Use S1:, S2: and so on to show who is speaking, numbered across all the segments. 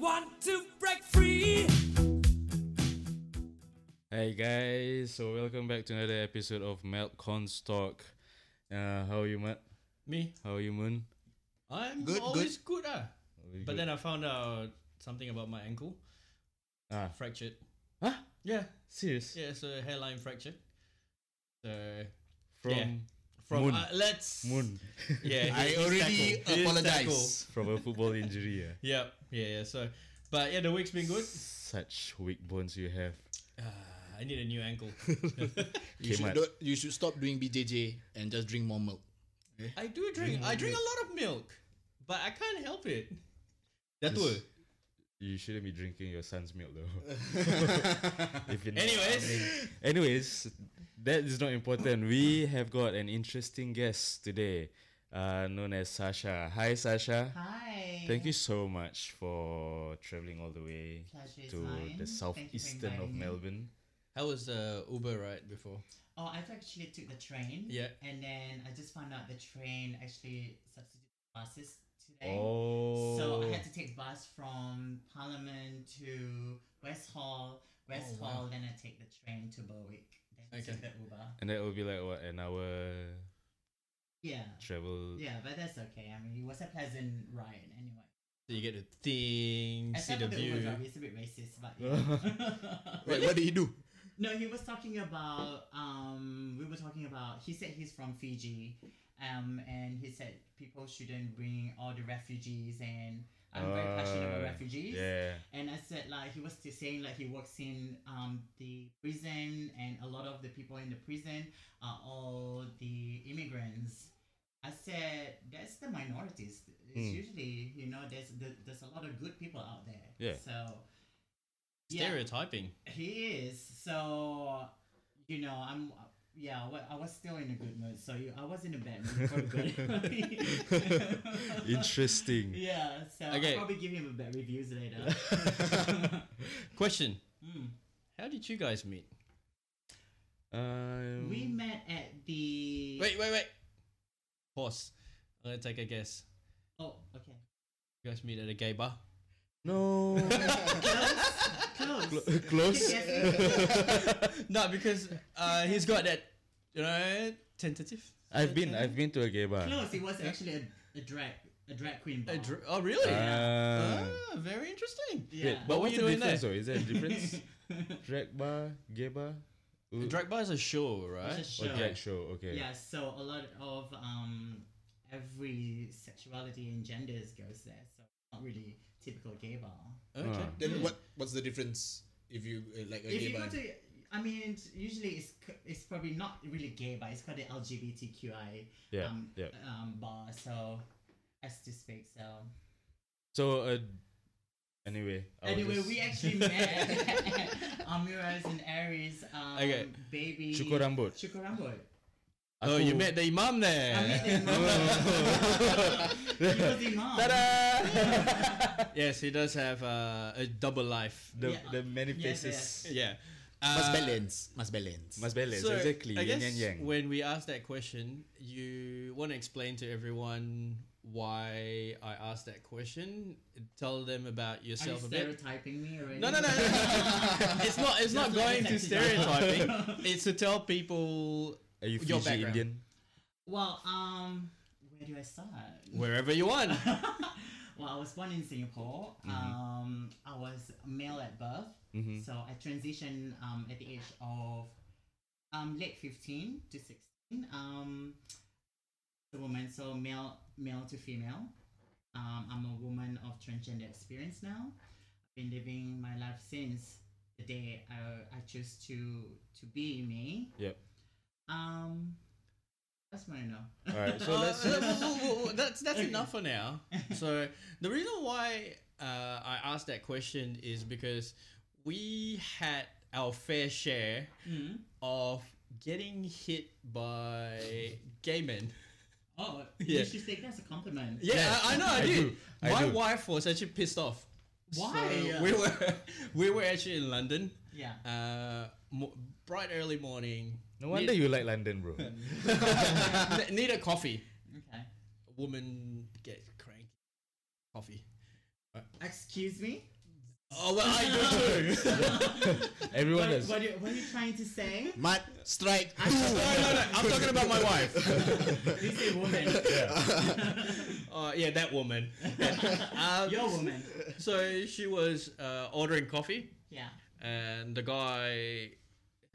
S1: want to break free.
S2: Hey guys, so welcome back to another episode of Melt Talk. Uh, how are you, Matt?
S3: Me,
S2: How are you, Moon?
S3: I'm
S4: Good,
S3: always good, ah.
S2: Always
S3: But
S2: good.
S3: then I found out something about my ankle
S2: ah,
S3: fractured.
S2: huh?
S3: Yeah,
S2: Serious?
S3: yeah. So hairline fractured. So
S2: From
S3: Yeah. from
S2: Moon.
S3: Uh, let's
S2: Moon,
S3: Yeah,
S4: I
S3: he's
S4: already
S3: tackle. He's
S4: apologize.
S2: from a football injury. Yeah.
S3: tackle. Yep. Yeah, yeah. So, but yeah, the week's been good. Ah,
S2: Such weak bones you have.
S3: I need a new ankle.
S4: You
S2: Came
S4: should,
S2: out.
S4: do, you should stop doing BJJ and just drink more milk.
S3: I do drink. I drink a lot of milk, but I can't help it. That
S2: Yes.
S3: too.
S2: You shouldn't be drinking your son's milk though. if you
S3: Anyways,
S2: Anyways, that is not important. We have got an interesting guest today, uh, known as Sasha. Hi, Sasha.
S5: Hi.
S2: Thank you so much for traveling all the way
S5: Pleasure is
S2: to
S5: mine.
S2: the
S5: Thank you for
S2: southeastern of
S5: inviting me.
S2: Melbourne.
S3: I was uh, Uber right before.
S5: Oh, I've actually took the train.
S3: Yeah.
S5: And then I just found out the train actually substitutes buses today.
S2: Oh,
S5: So I had to take bus from Parliament to West Hall. West
S3: Oh, wow.
S5: Hall, then I take the train to Berwick. Then
S3: Okay.
S5: take the Uber.
S2: and that would be like what an hour
S5: Yeah.
S2: travel.
S5: Yeah, but that's okay. I mean, it was a pleasant ride anyway.
S3: So you get the thing, see
S5: Except
S3: the
S5: for the Uber
S3: view.
S5: driver, he's a bit racist, but yeah.
S4: Wait, what did he do?
S5: No, he was talking about. Um, we were talking about. He said he's from Fiji, um, and he said people shouldn't bring all the refugees, and I'm very passionate about
S2: Uh,
S5: refugees.
S2: Yeah.
S5: And I said like he was t- saying like he works in um the prison, and a lot of the people in the prison are all the immigrants. I said that's the minorities. It's
S2: Mm.
S5: usually you know there's there- there's a lot of good people out there.
S2: Yeah.
S5: So.
S3: Stereotyping.
S5: He is. So, you know, I'm. Yeah, wa- I was still in a good mood. So you, I was in a bad mood for good.
S2: Interesting.
S5: yeah. So
S3: Okay.
S5: I'll probably give him a bad reviews later.
S3: Question:
S5: Mm.
S3: How did you guys meet?
S2: Um,
S5: We met at the.
S3: Wait, wait, wait. Pause. I'm gonna take a guess.
S5: Oh, okay.
S3: You guys meet at a gay bar.
S2: no
S5: Close.
S2: Cl- close.
S5: Yes, yes, yes.
S3: no, because uh, he's got that, you know, tentative.
S5: Uh,
S2: I've been I've been to a gay bar.
S5: Close. It was actually a, a drag a drag queen bar.
S3: A dr- oh, really?
S2: Ah.
S3: ah, very interesting.
S5: yeah.
S2: Wait, but
S3: What
S2: what's
S3: were
S2: the
S3: you doing
S2: difference
S3: there?
S2: though? Is there a difference? Drag bar, gay bar, Ooh,
S3: Drag bar is a show, right?
S5: It's
S2: or
S5: a show.
S2: drag show? Okay.
S5: Yeah, so a lot of um, every sexuality and genders goes there. So it's not really typical gay bar.
S3: okay.
S2: Ah.
S4: Then what? What's the difference if you uh, like a gay
S5: if you
S4: bar?
S5: go to, I mean, it's- usually it's c- it's probably not really gay bar. It's called the LGBTQI
S2: Yeah.
S5: um,
S2: yeah.
S5: um, bar. So as to speak. So
S2: So uh, anyway. I'll
S5: anyway,
S2: just-
S5: we actually met Amira's and Aries. Um,
S3: Okay.
S5: Baby.
S2: Cukur rambut.
S5: Cukur rambut.
S3: Oh, you
S2: Aku-
S3: met the imam there.
S5: I
S2: Oh.
S5: met him. he was the mom.
S3: yes, he does have uh, a double life.
S2: the,
S5: Yeah.
S2: the many
S5: Yes,
S2: faces
S3: Yeah. Uh,
S4: must balance. Must balance.
S2: must balance
S3: so,
S2: exactly
S3: I
S2: yin
S3: guess
S2: and yang.
S3: when we ask that question, you want to explain to everyone why I asked that question. Tell them about
S5: Are you
S3: yourself a bit.
S5: stereotyping me already?
S3: No, no, no, no, no. it's not. It's not
S5: Just like
S3: going to
S5: that.
S3: stereotyping. it's to tell people
S2: Are you
S3: your
S2: Fiji
S3: background.
S2: Indian?
S5: Well, um, where do I start?
S3: wherever you want.
S5: well, I was born in Singapore.
S3: Mm-hmm.
S5: Um, I was male at birth,
S2: Mm-hmm.
S5: so I transitioned um, at the age of um, late fifteen to sixteen. Um, the woman, so male, male to female. Um, I'm a woman of transgender experience now. I've been living my life since the day I, I chose to to be me.
S2: Yep.
S5: Um, that's what I know.
S2: All right. So
S3: Uh,
S2: let's.
S3: uh, whoa, whoa, whoa, that's that's enough for now. So the reason why uh, I asked that question is because we had our fair share
S5: Mm.
S3: of getting hit by gay men.
S5: Oh,
S3: Yeah.
S5: you should take that as a compliment.
S3: Yeah, I, I know, I,
S2: I
S3: did.
S2: do, I
S3: My
S2: do.
S3: wife was actually pissed off.
S5: Why?
S3: So we were we were actually in London,
S5: Yeah.
S3: uh, mo- bright early morning.
S2: no wonder you like London, bro.
S3: Ne- need a coffee.
S5: Okay.
S3: woman gets cranky. Coffee.
S5: Excuse me?
S3: Oh well, I do too.
S2: Everyone
S5: What,
S2: that's
S5: what, you- what are you trying to say?
S4: Mud strike.
S3: no, no, no. I'm talking about my wife.
S5: This is a woman.
S3: Uh, yeah, that woman. um,
S5: You're a woman.
S3: so she was uh, ordering coffee,
S5: Yeah.
S3: and the guy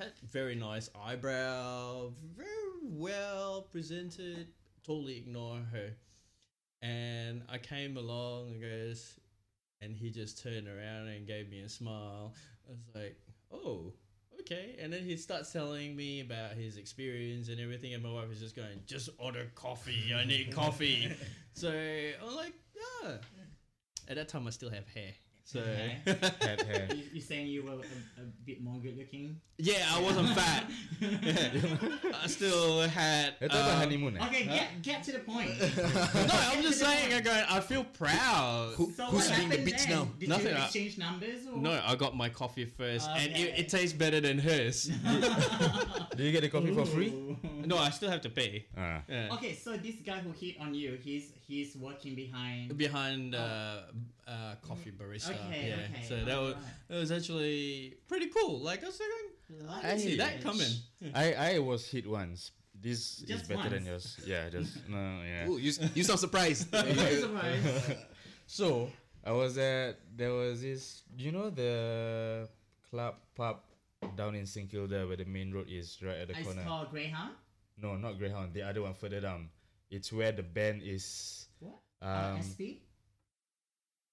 S3: had very nice eyebrow, very well presented. Totally ignore her, and I came along and goes, and he just turned around and gave me a smile. I was like, oh. Okay, and then he starts telling me about his experience and everything, and my wife is just going, "Just order coffee. I need coffee." so I'm like, "Yeah." At that time, I still have hair, so
S5: Okay.
S2: had hair.
S5: You, you're saying you were a, a bit more good looking?
S3: Yeah, I wasn't fat. I still had.
S2: That time um,
S3: um,
S2: honeymoon. eh?
S5: Okay, get, get to the point.
S3: No, I'm just saying. I go. I feel proud.
S4: Who-
S5: So
S4: who's
S5: what
S4: being the
S5: happened
S4: bitch
S5: then?
S4: now?
S5: Did
S3: Nothing,
S5: you
S3: uh,
S5: exchange numbers? Or?
S3: No, I got my coffee first, and it,
S5: Okay.
S3: it tastes better than hers.
S2: Do you get the coffee for free?
S5: Ooh.
S3: no, I still have to pay.
S2: Ah.
S3: Yeah.
S5: Okay, so this guy who hit on you, he's he's working behind.
S3: Behind uh, uh, coffee barista.
S5: Okay,
S3: yeah.
S5: okay,
S3: So that was
S5: alright.
S3: that was actually pretty cool. Like I was like, I didn't see
S2: Hey.
S3: that coming.
S2: I I was hit once. This
S5: Just
S2: is better than
S5: once.
S2: yours. Yeah, just no, yeah.
S4: Ooh, you, you sound surprised.
S5: Surprise.
S2: So I was at there was this you know the club pub down in St Kilda where the main road is right at the
S5: It's
S2: corner.
S5: called Greyhound.
S2: No, not Greyhound. The other one further down. It's where the band is.
S5: What?
S2: Um,
S5: uh, SP.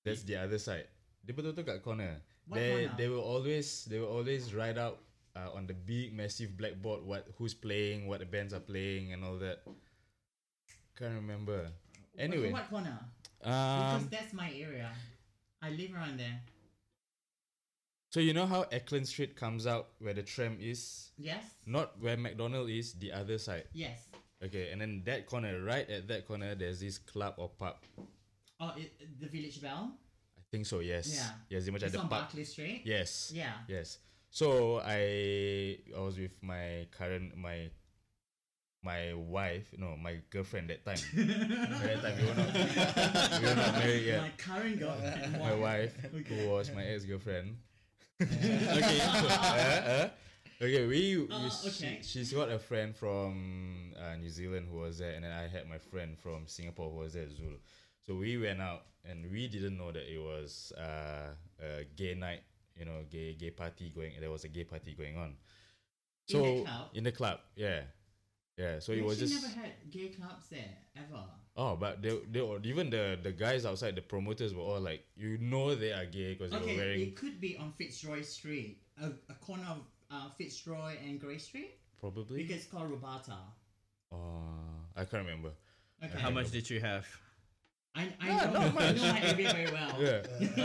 S2: That's the other side. Dia betul-betul kat corner.
S5: What
S2: they
S5: corner?
S2: they will always they will always write out uh, on the big massive blackboard what who's playing, what the bands are playing, and all that. Can't remember. Anyway,
S5: What corner? Because
S2: um,
S5: that's my area. I live around there.
S2: so you know how Eklund Street comes out where the tram is,
S5: Yes.
S2: not where McDonald is, the other side.
S5: Yes.
S2: Okay, and then that corner, right at that corner, there's this club or pub.
S5: Oh, it, the Village Bell.
S2: I think so. Yes.
S5: Yeah.
S2: Yes, dia macam
S5: It's
S2: ada
S5: on
S2: pub.
S5: Barclay Street.
S2: Yes.
S5: Yeah.
S2: Yes. So I I was with my current my my wife, no, my girlfriend that time. At that time we were not we were not married yet.
S5: My current girlfriend.
S2: My wife, who was my ex girlfriend. uh,
S3: Okay.
S2: Okay, we, we
S5: Ah,
S2: she-
S5: okay.
S2: she's got a friend from uh, New Zealand who was there, and then I had my friend from Singapore who was there, Zul. So we went out, and we didn't know that it was uh, a gay night, you know, gay gay party going. There was a gay party going on.
S5: In
S2: So
S5: the club?
S2: in the club, yeah, yeah. So
S5: We
S2: it was
S5: actually
S2: just
S5: never had gay clubs there ever.
S2: oh, but they they were, even the the guys outside the promoters were all like, you know, they are gay because they
S5: Okay,
S2: were wearing
S5: it could be on Fitzroy Street, a, a corner of uh, Fitzroy and Grey Street,
S2: probably.
S5: because it's called Rubata.
S2: Oh, I can't remember.
S5: Okay.
S3: How much did you have?
S5: I, I,
S2: not
S5: know, I
S2: much.
S5: know my area very well.
S2: Yeah,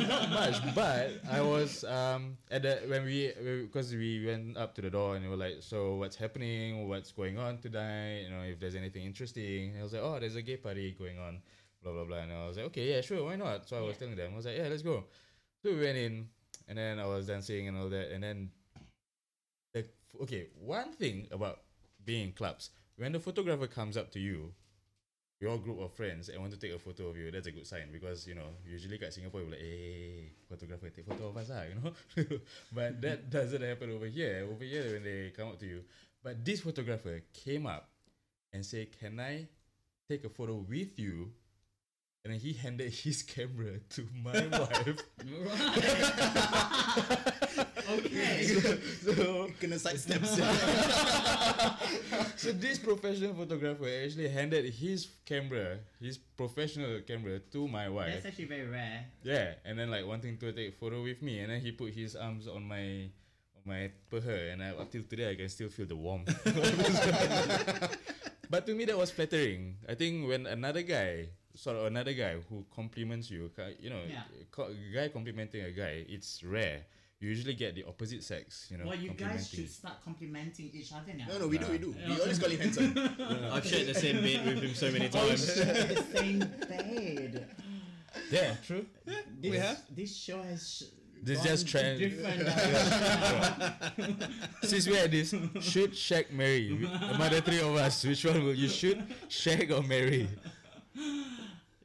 S2: not much. But I was um at the when we because we went up to the door and we were like, so what's happening? What's going on tonight? You know, if there's anything interesting. And I was like, oh, there's a gay party going on, blah blah blah. And I was like, okay, yeah, sure, why not? So I was telling them, I was like, yeah, let's go. So we went in, and then I was dancing and all that, and then the okay, one thing about being in clubs, when the photographer comes up to you your group of friends and want to take a photo of you, that's a good sign because you know usually kat Singapore you're like, hey, photographer, take photo of us, ah, you know. but that doesn't happen over here. Over here when they come up to you, but this photographer came up and say, can I take a photo with you? And then he handed his camera to my wife.
S5: Okay.
S2: So,
S4: Kena side steps.
S2: so this professional photographer actually handed his camera, his professional camera, to my wife.
S5: That's actually very rare.
S2: Yeah, and then like wanting to take photo with me, and then he put his arms on my on my per her, and I, up till today I can still feel the warmth. but to me that was flattering. I think when another guy, sort of another guy who compliments you, ki- you know,
S5: Yeah.
S2: co- a guy complimenting a guy, it's rare. You usually get the opposite sex, you know.
S5: Well, you guys
S2: complimenting.
S5: should start complimenting each other now.
S4: no, no, we do, we do. We always call him handsome.
S3: I've shared the same bed with him so many
S5: Oh,
S3: times.
S5: share the same bed.
S2: Yeah, true.
S5: This,
S3: have?
S5: This show has. Sh-
S2: This
S5: gone
S2: just trend-
S5: Different. direction.
S2: Since we had this, should Shaq marry? We- Among the three of us, which one will you shoot, Shaq or marry?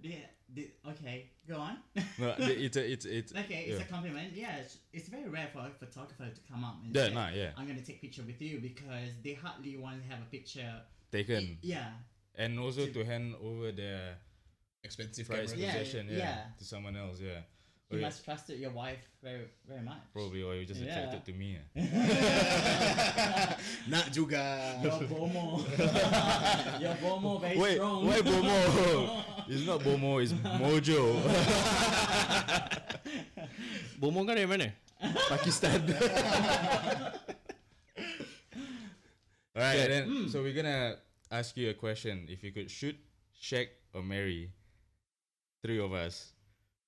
S5: yeah. the- Okay, go on.
S2: No, it's a, it's it's
S5: okay, it's
S2: yeah.
S5: a compliment. Yeah, it's, it's very rare for a photographer to come up and
S2: Yeah,
S5: say,
S2: nah, yeah.
S5: I'm gonna take picture with you because they hardly want to have a picture.
S2: taken
S5: Yeah,
S2: and also to hand over their
S4: Expensive
S2: prized
S4: camera.
S5: Yeah,
S2: possession yeah,
S5: yeah.
S2: to someone else Oh, yeah
S5: you
S2: Okay.
S5: must trusted your wife very very much.
S2: probably or you're just
S5: Yeah.
S2: attracted to me yeah.
S4: Nak juga.
S5: Your bomo, your bomo very
S2: wait
S5: strong.
S2: wait bomo it's not bomo it's mojo
S3: Bomo kau dari mana?
S2: pakistan all right
S3: Okay.
S2: then so we're gonna ask you a question if you could shoot shag or marry three of us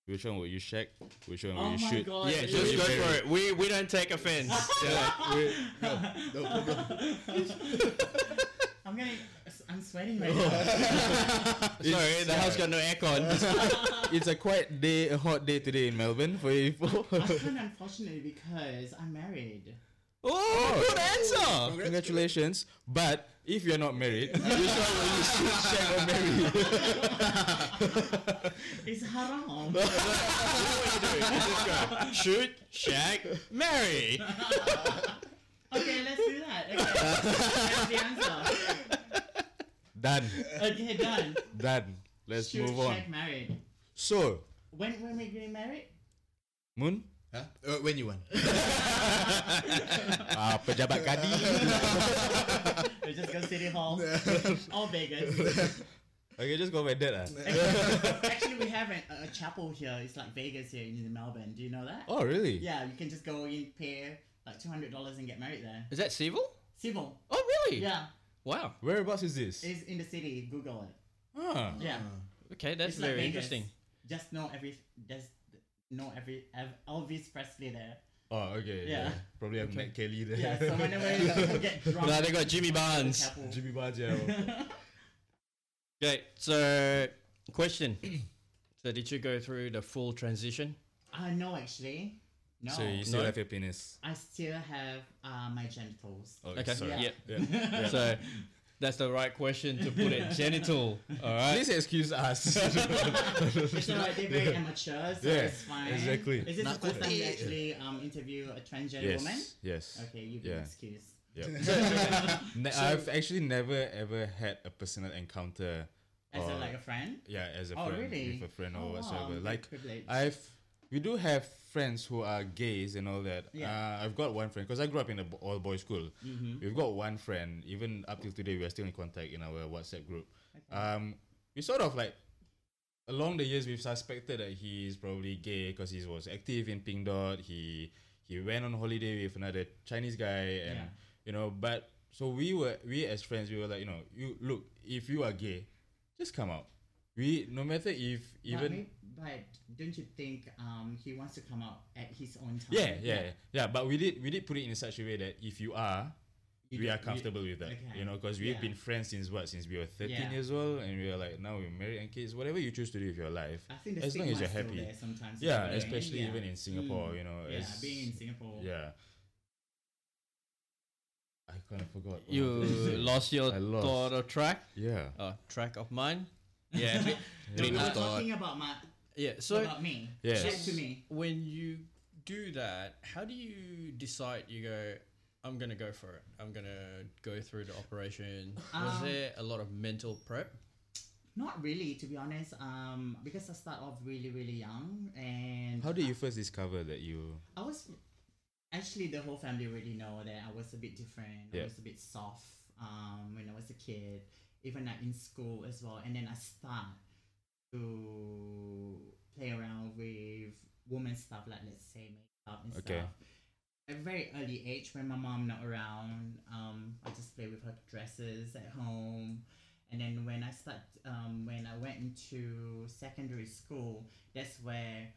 S2: which one would you shag which one would
S5: Oh
S2: you
S5: my
S2: shoot
S5: God, Yeah,
S2: Which one
S5: just
S2: would you marry?
S3: it. We we don't take offense.
S2: Yeah, we-
S4: No problem.
S5: I'm gonna, I'm sweating right now.
S3: Sorry, the house got no aircon.
S2: it's a quite day, a hot day today in Melbourne for you. four.
S5: I can't unfortunately because I'm married.
S3: oh, good answer.
S2: Congratulations. But if you're not married, which one will you shoot, shag or marry?
S5: It's haram.
S3: Shoot, shag, marry.
S5: okay, let's do that. Okay, that's the answer.
S2: Done.
S5: Okay, done.
S2: Done. Let's
S5: Shoot,
S2: move on.
S5: check, married.
S2: So,
S5: When when we getting married?
S2: Moon,
S4: Huh? Uh, when you want.
S2: uh, pejabat kadi.
S5: We're just going to City Hall. All Vegas.
S2: Okay, just go with that. ah.
S5: Actually, we have an, a chapel here. It's like Vegas here in Melbourne. Do you know that?
S2: Oh, really?
S5: Yeah, you can just go in, pay like $200 and get married there.
S3: Is that civil?
S5: Civil.
S3: Oh, really?
S5: Yeah.
S3: Wow.
S2: Whereabouts is this?
S5: It's in the city. Google it.
S2: Ah.
S5: Yeah.
S4: Uh.
S3: Okay, that's
S5: It's like
S3: very
S5: Vegas.
S3: interesting.
S5: Just know every. Just know every. Ev- Elvis Presley there.
S2: Oh, okay.
S5: Yeah.
S2: Probably have met Kelly there.
S5: Yeah, so whenever people get drunk.
S3: No, they got Jimmy Barnes.
S5: chapel.
S2: Jimmy Barnes, yeah.
S3: Okay, so question. so did you go through the full transition?
S5: Uh, no, actually. No.
S2: So you still
S3: No.
S2: have your penis.
S5: I still have uh, my genitals.
S3: Okay,
S2: sorry.
S5: Yeah.
S3: yep.
S2: Yeah.
S3: So that's the right question to put it. Genital. All right.
S2: Please excuse us.
S5: It's alright, they're very amateur, so
S2: Yeah,
S5: it's fine.
S2: exactly.
S5: Is this
S2: Not
S5: the first time you
S4: cool.
S5: actually um, interview a transgender
S2: yes.
S5: woman?
S2: Yes.
S5: Okay, you can
S2: Yeah.
S5: excuse.
S2: Yep. Ne- I've actually never ever had a personal encounter.
S5: As
S2: or-
S5: a, like a friend?
S2: yeah, as Oh. a
S5: Oh,
S2: friend,
S5: really?
S2: with a friend
S5: Oh,
S2: or
S5: wow,
S2: whatsoever.
S5: that's
S2: Like
S5: privilege.
S2: I've, we do have friends who are gays and all that.
S5: Yeah. Mm-hmm.
S2: Uh, I've got one friend because I grew up in an all boys school. We've got one friend. Even up till today, we are still in contact in our WhatsApp group. Um, we sort of like. Along the years, we've suspected that he is probably gay because he was active in Pink Dot. He he went on holiday with another Chinese guy, and
S5: Yeah.
S2: you know. But so we were we as friends, we were like, you know, you look if you are gay, just come out. We no matter if
S5: But,
S2: even
S5: may- but don't you think um, he wants to come out at his own time?
S2: yeah, yeah, yeah, yeah. But we did we did put it in such a way that if you are,
S5: You
S2: we
S5: don't-
S2: are comfortable with that.
S5: okay.
S2: You know, because we've
S5: Yeah.
S2: been friends since what since we were thirteen
S5: Yeah.
S2: years old, and we are like now we're married and kids. Whatever you choose to do with your life,
S5: I think the
S2: as long
S5: stigma
S2: as you're
S5: is still
S2: happy.
S5: there sometimes. you know
S2: Yeah,
S5: what I mean?
S2: especially
S5: Yeah.
S2: even in Singapore,
S5: Mm.
S2: you know.
S5: Yeah,
S2: as-
S5: being in Singapore.
S2: Yeah. I kind of forgot. what I
S3: You
S2: was gonna say.
S3: lost your
S2: Oh, I lost.
S3: thought of track.
S2: Yeah.
S3: Uh, track of mine. Yeah.
S5: No,
S4: Train
S5: we
S4: of
S5: were
S4: thought.
S5: talking about my
S3: yeah. So
S5: about me.
S2: Yes.
S5: Back to me.
S3: when you do that, how do you decide? You go, I'm gonna go for it. I'm gonna go through the operation. Was
S5: Um,
S3: there a lot of mental prep?
S5: Not really, to be honest. Um, because I start off really, really young, and
S2: How did you first discover that you?
S5: I was actually the whole family already know that I was a bit different.
S2: Yeah.
S5: I was a bit soft um, when I was a kid, even like in school as well. And then I start to play around with women stuff, like let's say makeup and
S2: Okay.
S5: stuff. At a very early age, when my mom not around, um, I just play with her dresses at home. And then when I start, um, when I went into secondary school, that's where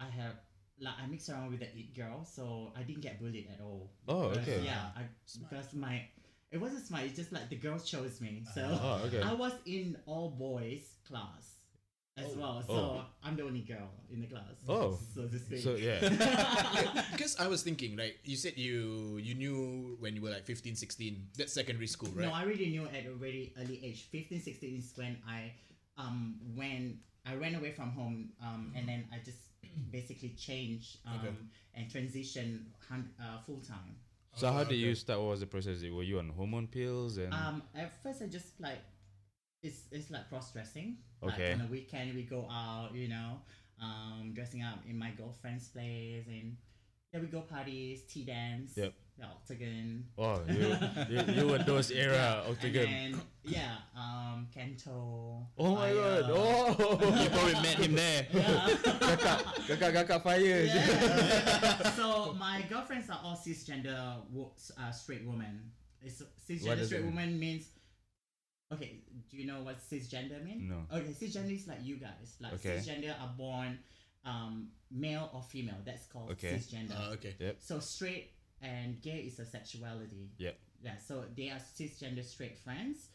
S5: I have like I mixed around with the it girl, so I didn't get bullied at all.
S2: Oh,
S5: Because,
S2: okay.
S5: Uh, Yeah, I, because my it wasn't smart. It's just like the girl chose me, so
S2: Oh, okay.
S5: I was in all boys class as well. So I'm the only girl in the class.
S2: Oh.
S5: so to speak.
S2: So yeah.
S4: Because I was thinking, right? You said you you knew when you were like 15, 16. That's secondary school, right?
S5: No, I already knew at a very early age. 15, 16 is when I um when I ran away from home, um, and then I just basically changed um,
S4: Okay.
S5: and transitioned hun- uh, full time.
S2: So how did
S4: Okay.
S2: you start? What was the process? Were you on hormone pills and
S5: Um, at first I just like it's it's like cross dressing.
S2: Okay.
S5: Like on the weekend we go out, you know, um, dressing up in my girlfriend's place, and yeah, we go parties, tea dance,
S2: Yep.
S5: the octagon.
S2: oh you you, you were those era octagon?
S5: And then, yeah, um, Kento.
S2: oh my god!
S5: Fire.
S2: Oh,
S3: You probably met him there.
S2: kakak kakak kakak fire. je.
S5: Yeah. so my girlfriends are all cisgender wo- uh, straight women. It's,
S2: What
S5: cisgender
S2: does
S5: straight
S2: it mean?
S5: woman means. Okay, do you know what cisgender means?
S2: No.
S5: Okay, cisgender is like you guys. Like
S2: Okay.
S5: cisgender are born um, male or female. That's called
S2: Okay.
S5: cisgender.
S3: Ah,
S4: Uh, okay.
S5: so straight and gay is a sexuality.
S2: Yep.
S5: Yeah. So they are cisgender straight friends,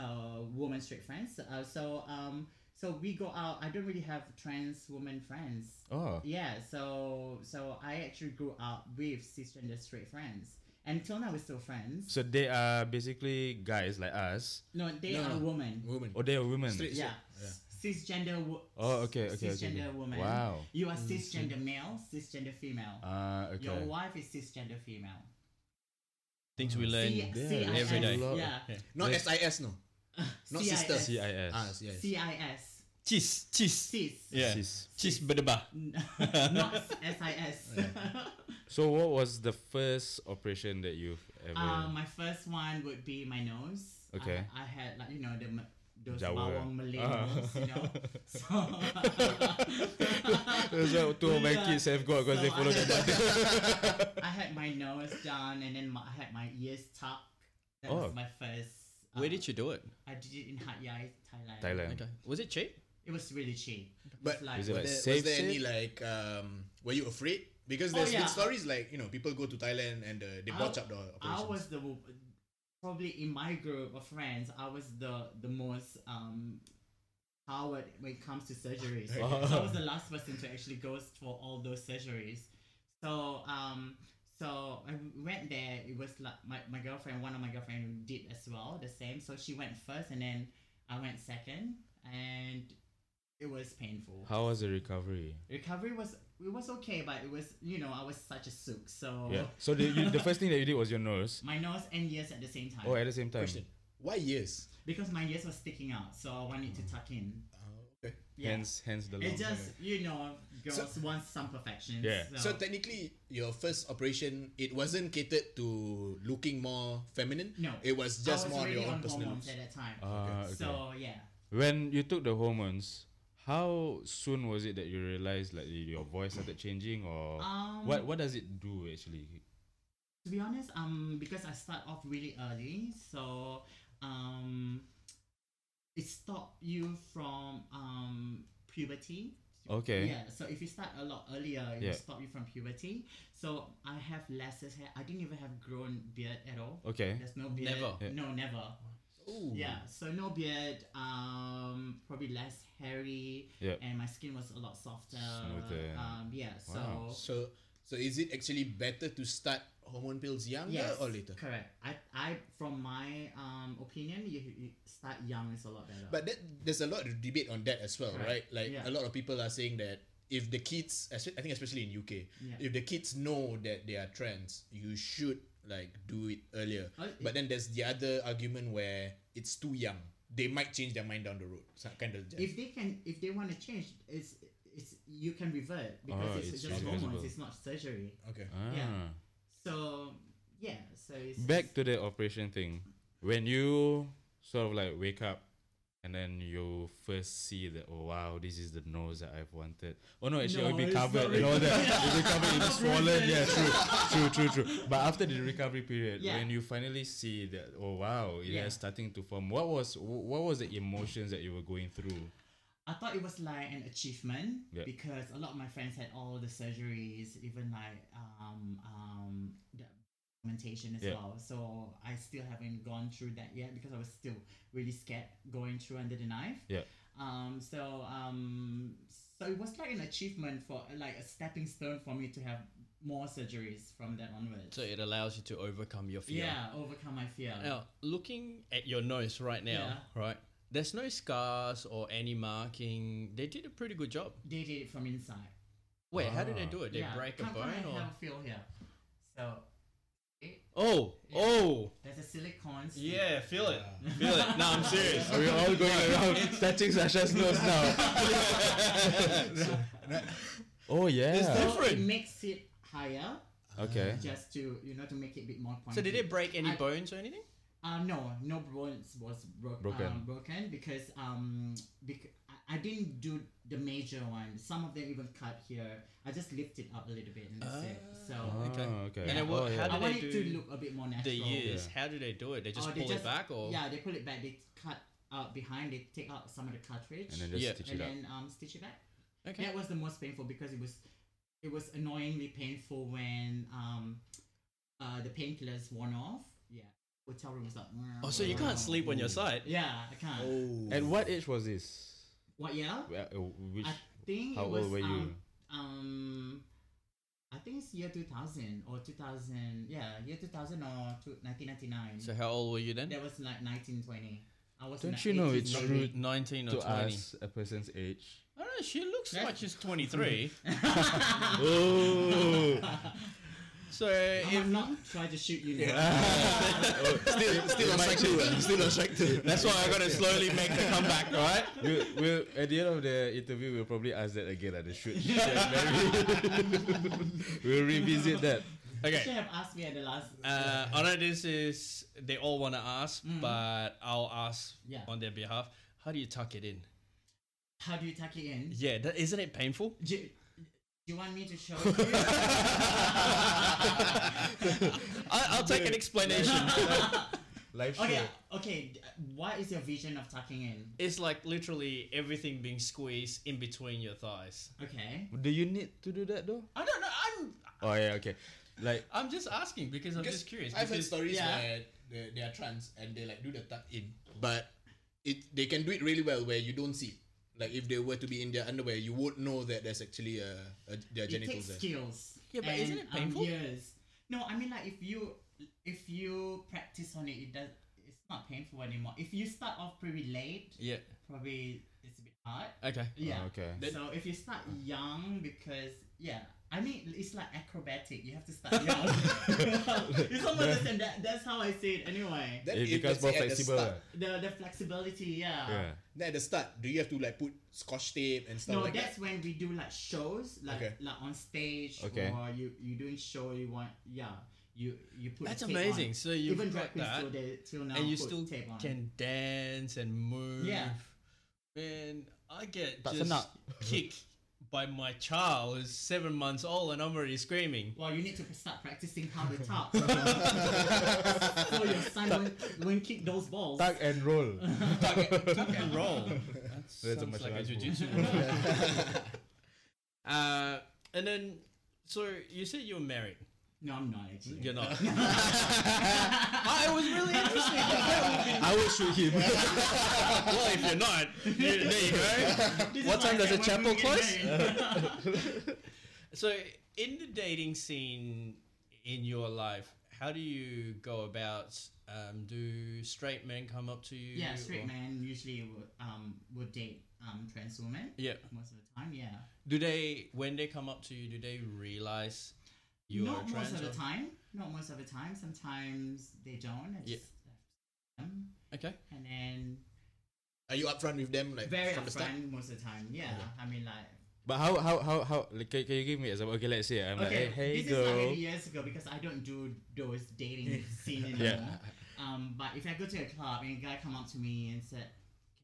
S5: uh, woman straight friends. Uh, so um, so we go out. I don't really have trans woman friends.
S2: Oh,
S5: Yeah, so so I actually grew up with cisgender straight friends. And till now we're still friends.
S2: so they are basically guys like us,
S5: No, they
S4: No,
S5: are
S4: no.
S5: women.
S4: Woman.
S2: or they are women.
S4: Straight-
S5: Yeah. Cisgender wo-
S2: Oh, okay, okay, okay, okay.
S5: cisgender woman.
S2: Wow.
S5: You are cisgender male, cisgender female.
S2: Ah, okay.
S5: Your wife is cisgender female.
S3: Things we learn
S5: C-
S2: there,
S5: CIS,
S3: every day.
S5: Yeah.
S3: Yeah.
S4: Not
S2: Like-
S4: SIS, no. Not sister.
S2: CIS.
S5: CIS.
S4: Ah, yes.
S5: CIS.
S3: Cheese, cheese,
S5: Cis.
S3: yeah,
S2: Cis.
S3: cheese berdebar.
S5: Not SIS.
S2: So what was the first operation that you've ever?
S5: Uh, my first one would be my nose.
S2: Okay.
S5: I, I had like you know the ma- those
S2: Jawa.
S5: bawang Malay
S2: Ah.
S5: nose, you know. So,
S2: That's what two of my
S5: Yeah.
S2: kids have got because they
S5: So I
S2: follow the
S5: had-
S2: mother.
S5: I had my nose down and then my, I had my ears tucked. That
S2: Oh.
S5: was my first. uh,
S3: Where did you do it?
S5: I did it in Hat Yai, Thailand.
S2: Thailand.
S3: Okay, was it cheap?
S5: It was really cheap. It
S4: But-
S5: was like,
S2: Is it
S4: Were
S2: like
S4: there,
S2: safe,
S4: was there any
S2: safe?
S4: like um were you afraid? Because
S5: Oh,
S4: there's
S5: yeah.
S4: been stories like, you know, people go to Thailand and uh, they
S5: I-
S4: botch up the
S5: I
S4: operations.
S5: was the probably in my group of friends. I was the the most um coward when it comes to surgeries. so I was the last person to actually go for all those surgeries. So um so I went there. It was like my, my girlfriend, one of my girlfriend did as well the same. So she went first, and then I went second, and it was painful.
S2: How was the recovery?
S5: Recovery was it was okay, but it was you know I was such a sook. So
S2: Yeah. So the you, the first thing that you did was your nose.
S5: my nose and ears at the same time.
S2: Oh, at the same time.
S4: Question. Why years?
S5: Because my ears were sticking out, so I wanted to tuck in.
S4: Uh, okay.
S5: Yeah.
S2: Mm. Hence, hence the.
S5: it
S2: long-
S5: just, you know, girls want some perfection.
S2: Yeah.
S5: So,
S4: So technically your first operation it wasn't catered to looking more feminine.
S5: no.
S4: It was just
S5: I was
S4: more on
S5: already
S4: your own
S5: on
S4: personal
S5: hormones
S4: looks.
S5: at that time.
S2: Ah, okay.
S5: So, yeah.
S2: When you took the hormones, how soon was it that you realized like your voice started changing or
S5: Um,
S2: what? What does it do actually?
S5: To be honest, um, because I start off really early, so um, it stopped you from um puberty.
S2: Okay.
S5: Yeah. So if you start a lot earlier, it
S2: Yeah.
S5: will stop you from puberty. So I have lesser hair. I didn't even have grown beard at all.
S2: Okay.
S5: There's no beard.
S3: Never.
S2: Yeah.
S5: No, never.
S4: Ooh.
S2: Mm-hmm.
S5: Yeah. So no beard. Um, probably less hairy.
S2: Yeah.
S5: And my skin was a lot softer.
S2: Smoother.
S5: Um, yeah.
S2: Wow.
S5: So.
S4: So so is it actually better to start hormone pills younger
S5: Yes,
S4: or later?
S5: correct. I, I, from my um opinion, you, you start young is a lot better.
S4: But that, there's a lot of debate on that as well, right?
S5: Correct.
S4: Like a
S5: Yeah.
S4: lot of people are saying that if the kids, espe- I think especially in UK,
S5: Yeah.
S4: if the kids know that they are trans, you should like do it earlier.
S5: Uh,
S4: but then there's the other argument where it's too young. They might change their mind down the road. So kind of
S5: if they can, if they want to change, it's it's you can revert because
S2: Oh,
S5: it's,
S2: it's
S5: just
S2: reversible.
S5: hormones. It's not surgery.
S4: okay.
S2: Ah.
S5: Yeah. So yeah. So it's
S2: Back to the operation thing. When you sort of like wake up and then you first see that oh wow this is the nose that I've wanted. Oh no, actually
S5: No,
S2: it'll be
S5: it's not
S2: covered and
S5: really-
S2: all that. It'll be covered in swollen. Yeah, true, true, true, true. But after the recovery period,
S5: Yeah.
S2: when you finally see that oh wow, it
S5: Yeah.
S2: is starting to form. What was wh- what was the emotions that you were going through?
S5: I thought it was like an achievement
S2: Yeah.
S5: because a lot of my friends had all the surgeries, even like um um the augmentation as
S2: Yeah.
S5: well. So I still haven't gone through that yet because I was still really scared going through under the knife.
S2: Yeah.
S5: Um. So um. So it was like an achievement for like a stepping stone for me to have more surgeries from then onwards.
S3: So it allows you to overcome your fear. Oh.
S5: yeah, overcome my fear.
S3: Now, looking at your nose right now, right? There's no scars or any marking. They did a pretty good job.
S5: They did it from inside.
S3: Wait, how did they
S2: Ah.
S3: do it? They
S5: yeah.
S3: break a
S5: Come-
S3: bone
S5: come and
S3: or?
S5: have a feel here. So it,
S3: Oh,
S5: Yeah.
S3: oh,
S5: there's a silicone. stick.
S3: yeah, feel it, feel it. No, I'm serious.
S2: Are we all going around touching Sasha's nose now? oh yeah.
S3: the-
S5: So it
S3: Different.
S5: makes it higher
S2: Okay.
S5: just to you know to make it a bit more pointy.
S3: So did it break any
S5: I-
S3: bones or anything?
S5: Uh, no, no bones was bro-
S2: Broken.
S5: Um, broken because um bec- I- I didn't do the major one. Some of them even cut here. I just lift it up a little bit and that's it. So
S2: Ah,
S3: Okay.
S2: okay.
S3: And then what-
S2: Oh, yeah.
S3: how
S5: I
S3: do
S5: want
S3: they
S5: it
S3: do
S5: to look a bit more natural.
S3: the years?
S2: Yeah.
S3: How do they do it? They just
S5: Oh, they
S3: pull it back or?
S5: Yeah, they pull it back. They cut out behind. They take out some of the cartridge
S2: And then just
S3: Yeah.
S2: stitch
S5: and
S2: it up.
S5: then um stitch it back.
S3: Okay.
S5: That was the most painful because it was it was annoyingly painful when um uh the painkillers worn off. Yeah, hotel room was like.
S3: Oh, so you can't sleep when you're sight.
S5: Yeah, I can't.
S4: Oh.
S2: At what age was this?
S5: What year?
S2: Wh- uh, Which?
S5: I think
S2: How
S5: it was,
S2: old were you?
S5: Um, um, I think it's year 2000 or 2000. Yeah, year 2000 or two, 1999.
S3: So how old were you then?
S5: that was like 1920. I was
S2: Don't
S5: like
S2: you know
S5: 18,
S2: it's
S5: maybe.
S2: rude?
S3: 19 or
S2: To
S3: 20.
S2: us, a person's age.
S3: I don't know, she looks
S5: Yeah.
S3: like she's 23.
S2: Oh,
S3: so
S5: I'm,
S3: if,
S5: not trying to shoot
S2: Oh.
S5: you now.
S2: still, still
S4: Oh.
S2: on strike two. Still on strike two.
S3: that's why I gotta slowly make the comeback, right?
S2: We'll, we'll, at the end of the interview, we'll probably ask that again at the shoot. we'll revisit that.
S5: You should
S3: Okay.
S5: have asked me at the last.
S3: Uh, I know this is, they all wanna ask, but I'll ask
S5: Yeah.
S3: on their behalf. How do you tuck it in?
S5: How do you tuck it in?
S3: Yeah, that, isn't it painful?
S5: Do, do you want me to show you?
S3: I, I'll take an explanation.
S2: Live
S5: okay,
S2: show.
S5: okay. d- What is your vision of tucking in?
S3: it's like literally everything being squeezed in between your thighs.
S5: Okay.
S2: Do you need to do that though?
S3: I don't know. I'm
S2: Oh yeah, okay. Like
S3: I'm just asking because I'm
S4: Because
S3: just curious.
S4: I've heard
S3: because-
S4: stories
S5: Yeah.
S4: where they, they are trans and they like do the tuck in, but it they can do it really well where you don't see. Like if they were to be in their underwear, you won't know that there's actually a, a their
S5: It
S4: genitals
S5: takes
S4: there.
S5: skills.
S3: Yeah, but isn't it painful?
S5: Um, years. No, I mean like if you if you practice on it, it does. It's not painful anymore. If you start off pretty late,
S3: yeah.
S5: probably it's a bit hard.
S3: Okay.
S5: Yeah.
S2: Oh, okay.
S5: So if you start young, because yeah, I mean it's like acrobatic. You have to start young. it's almost the same. That, that's how I say it anyway.
S4: Then
S2: it
S4: if,
S2: becomes
S4: let's
S2: more
S4: say at the
S2: flexible.
S4: start-
S5: The the flexibility, yeah.
S2: Yeah.
S4: Then at the start, do you have to like put scotch tape and stuff
S5: No,
S4: like that?
S5: that's when we do like shows, like
S4: Okay.
S5: like on stage,
S2: Okay.
S5: or you you doing show. You want yeah. You you put
S3: That's
S5: the tape on.
S3: amazing. So you've
S5: even
S3: got
S5: drag queens
S3: that,
S5: till, they, till now
S3: and you
S5: put
S3: still
S5: tape on.
S3: can dance and move.
S5: Yeah.
S3: Man, I get
S2: That's
S3: just
S2: enough.
S3: kicked by my child who's seven months old and I'm already screaming.
S5: Well, you need to start practicing how to
S2: Ah.
S5: talk. so your son won't, won't kick those balls.
S2: Tug and roll.
S3: Tuck and roll.
S2: a
S3: That sounds
S2: martial
S3: like a
S2: arts move.
S3: jujitsu. move. uh, and then, so you said you were married.
S5: No, I'm not actually.
S3: You're not. I was really interested.
S2: I will shoot him.
S3: well, if you're not, you, there you go.
S5: This is
S3: What time
S5: I
S3: does the
S5: said
S3: chapel
S5: when we get
S3: close?
S5: married.
S3: So, in the dating scene in your life, how do you go about? Um, do straight men come up to you?
S5: yeah, straight
S3: or-
S5: men usually would, um would date um trans women
S3: Yeah.
S5: most of the time. Yeah,
S3: Do they when they come up to you? Do they realize you are
S5: not
S3: trans?
S5: most of the
S3: or-
S5: time. Not most of the time. Sometimes they don't. I
S3: Yeah.
S5: just have to them.
S3: Okay.
S5: And then
S4: Are you upfront with them like
S5: very
S4: from the start?
S5: upfront most of the time. Yeah, I mean like
S2: But how how how how like, can, can you give me an example? Okay, let's say I'm
S5: Okay,
S2: like, hey, hey
S5: this is like
S2: girl.
S5: maybe years ago because I don't do those dating scene anymore. Um, but if I go to a club and a guy come up to me and said,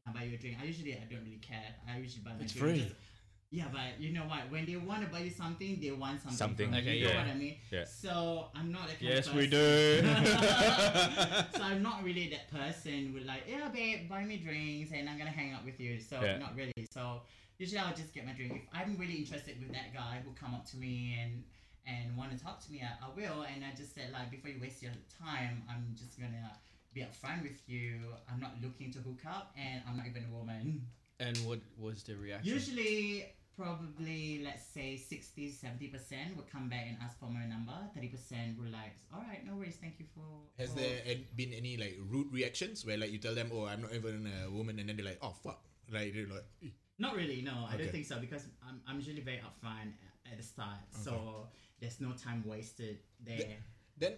S5: "Can I buy you a drink?" I usually I don't really care. I usually buy my
S3: It's
S5: drink.
S3: free.
S5: Just- yeah, but you know what? When they want to buy you something, they want something.
S2: Something.
S5: From you,
S3: Okay,
S5: you know
S3: yeah.
S5: what I mean?
S2: Yeah.
S5: So I'm not that kind
S3: Yes,
S5: of
S3: we
S5: person.
S3: do.
S5: so I'm not really that person who like, yeah, babe, buy me drinks and I'm gonna hang out with you. So
S2: Yeah.
S5: not really. So usually I'll just get my drink. If I'm really interested with that guy who come up to me and and want to talk to me, I, I will. And I just said like, before you waste your time, I'm just gonna be upfront with you. I'm not looking to hook up, and I'm not even a woman.
S3: And what was the reaction?
S5: Usually probably let's say 60 70 percent will come back and ask for my number 30 percent will like all right no worries thank you for
S4: Has
S5: for-"
S4: there an- been any like rude reactions where like you tell them, "Oh, I'm not even a woman," and then they're like, "Oh, fuck!" Like they're like, "Eh."
S5: not really no i don't
S4: Okay.
S5: think so because i'm, I'm usually very upfront at, at the start so there's no time wasted there
S4: then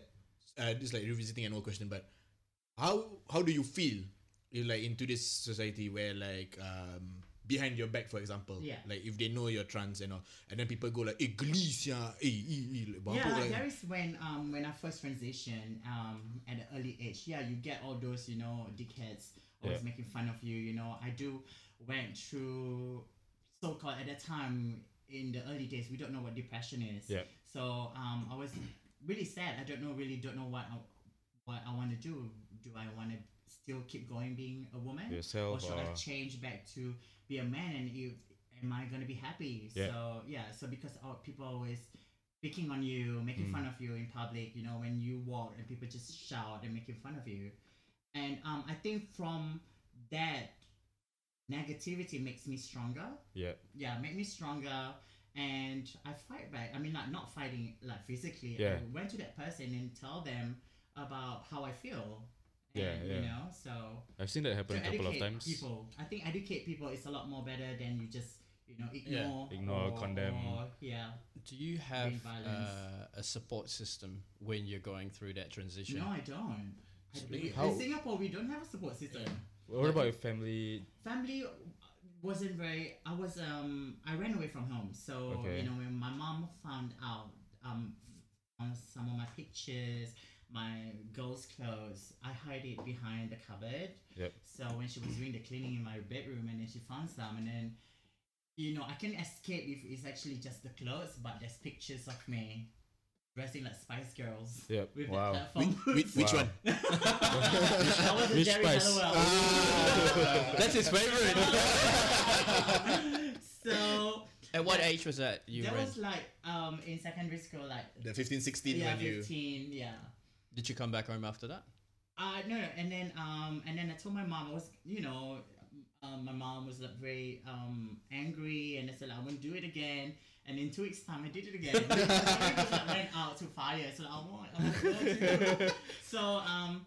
S4: uh, just like revisiting an old question, but how how do you feel in, like into this society where like um behind your back, for example,
S5: Yeah.
S4: like if they know you're trans and all, and then people go like, "Eh, geli sia, eh, eh, eh," like,
S5: yeah,
S4: bampuk, like,
S5: there is when um when I first transitioned um at an early age. Yeah, you get all those you know dickheads always
S2: Yeah.
S5: making fun of you. You know, I do went through so called at that time in the early days we don't know what depression is.
S2: Yeah.
S5: So um I was really sad. I don't know really don't know what I, what I want to do. Do I want to still keep going being a woman?
S2: Yourself
S5: or should
S2: or-
S5: I change back to be a man and if am I gonna be happy?
S2: Yeah.
S5: So yeah, so because all, people always picking on you, making fun
S2: Mm.
S5: of you in public, you know, when you walk and people just shout and making fun of you. And um I think from that negativity makes me stronger.
S2: Yeah.
S5: Yeah, make me stronger and I fight back. I mean like not fighting like physically.
S2: Yeah.
S5: I went to that person and tell them about how I feel.
S2: Yeah,
S5: and,
S2: yeah.
S5: You know, so
S2: I've seen that happen
S5: to
S2: a couple of
S5: educate
S2: times.
S5: people. I think educate people is a lot more better than you just you know ignore,
S2: Ignore, condemn.
S5: or- yeah.
S3: Do you have
S5: Rebalance.
S3: uh, a support system when you're going through that transition?
S5: No, I don't. I
S4: So
S5: do.
S4: you-
S2: how-
S5: In Singapore, we don't have a support system.
S2: What about your family?
S5: Family wasn't very. I was um. I ran away from home, so
S2: Okay.
S5: you know when my mom found out um on some of my pictures, my girls' clothes, I hide it behind the cupboard.
S2: Yep.
S5: So when she was doing the cleaning in my bedroom, and then she found some, and then you know I can escape if it's actually just the clothes, but there's pictures of me dressing like Spice Girls.
S2: Yep.
S5: With
S2: Wow.
S5: that platform.
S4: Which, which
S2: Wow.
S4: one?
S5: I was a
S2: Which
S5: Jerry
S2: Spice? Ah.
S5: Halliwell.
S3: Ah. That's his favorite.
S5: so
S3: At what age was that you
S5: that
S3: ran?
S5: was like um in secondary school, like
S4: The 15, 16
S5: yeah,
S4: when you.
S5: fifteen, yeah.
S3: Did you come back home after that?
S5: Uh, no, no, and then um, and then I told my mom I was, you know, um, my mom was like very um angry, and I said I won't do it again. And in two weeks' time, I did it again. Because I went out to fire, so I won't. I won't do it too. so um,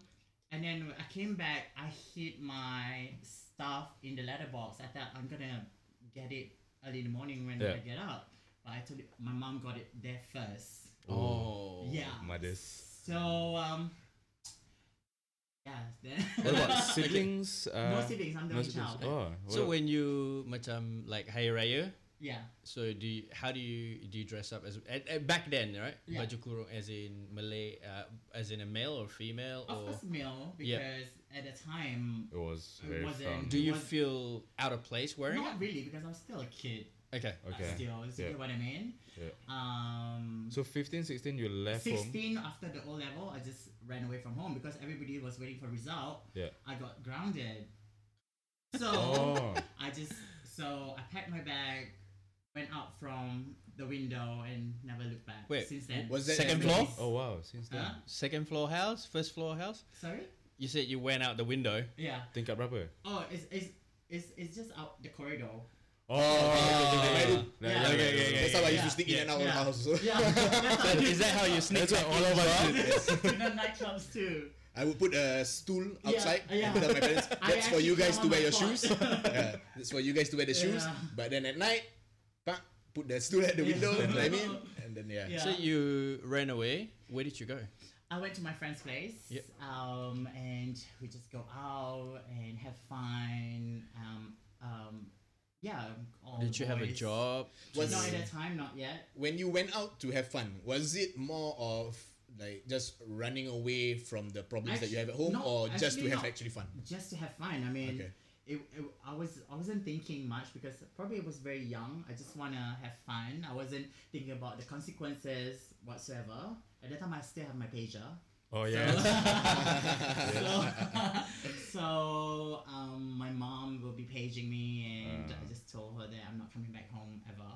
S5: and then when I came back. I hid my stuff in the letterbox. I thought I'm gonna get it early in the morning when
S2: Yeah.
S5: I get up. But I told you, my mom got it there first.
S3: Oh.
S5: Yeah.
S2: Mothers.
S5: So um, yeah. Then
S2: What about siblings? Uh,
S5: no siblings. I'm the only child.
S2: Oh,
S3: So
S2: what-
S3: when you macam like Hari Raya,
S5: Yeah.
S3: so do you, how do you do you dress up as at, at- back then, right?
S5: Yeah.
S3: Baju kurung as in Malay, uh, as in a male or female,
S2: Oh.
S5: Of
S3: or
S5: course, male because
S3: Yeah.
S5: at the time,
S2: it was
S5: It
S2: very
S5: wasn't-
S2: fun.
S3: do you
S5: Was-
S3: feel out of place wearing
S5: not really because I'm still a kid.
S3: it? Okay.
S2: Okay.
S5: Still, you
S2: Yeah.
S5: get what I mean?
S2: Yeah.
S5: Um.
S2: So 15, 16, you left home.
S5: 16 after the O level, I just ran away from home because everybody was waiting for result.
S2: Yeah.
S5: I got grounded. So
S2: Oh,
S5: I just so I packed my bag, went out from the window and never looked back
S3: Wait,
S5: since then.
S4: Was that
S3: Second
S4: at
S3: floor?
S4: least-
S2: oh wow! Since then,
S5: Huh?
S3: Second floor house, first floor house.
S5: Sorry?
S3: You said you went out the window.
S5: Yeah.
S2: tingkat berapa?
S5: Oh, it's it's it's, it's just out the corridor.
S2: Oh,
S5: Oh, Yeah. Yeah,
S3: yeah, yeah, yeah,
S4: That's how I used to
S5: yeah,
S4: sneak in
S3: yeah,
S4: and out of the
S5: yeah.
S4: house.
S5: Yeah, that's how
S3: Is that how you sneak?
S2: That's what all of us did.
S5: to the nightclubs too.
S4: I would put a stool
S5: Yeah,
S4: outside
S5: yeah.
S4: and tell my parents,
S5: I
S4: that's for you
S5: actually
S4: guys to
S5: found
S4: wear
S5: my
S4: your
S5: pot."
S4: shoes. yeah, that's for you guys to wear the shoes.
S5: Yeah.
S4: But then at night, pak, put the stool at the
S5: Yeah.
S4: window, you know what I mean? And then, yeah.
S5: Yeah.
S3: So you ran away. Where did you go?
S5: I went to my friend's place.
S3: Yep.
S5: Um, and we just go out and have fun. Um, um, yeah. all
S3: Did you have a
S5: Oh, boys.
S3: job?
S4: Was-
S5: Not at that time, not yet.
S4: When you went out to have fun, was it more of like just running away from the problems that you have at home
S5: Actu- no,
S4: or just to
S5: actually
S4: have
S5: not.
S4: actually fun?
S5: Just to have fun. I mean,
S4: Okay.
S5: it, it, I was I wasn't thinking much because probably I was very young. I just wanna have fun. I wasn't thinking about the consequences whatsoever. At that time, I still have my pager.
S2: Oh yeah.
S5: so, so, um, my mom will be paging me, and
S2: Uh.
S5: I just told her that I'm not coming back home ever.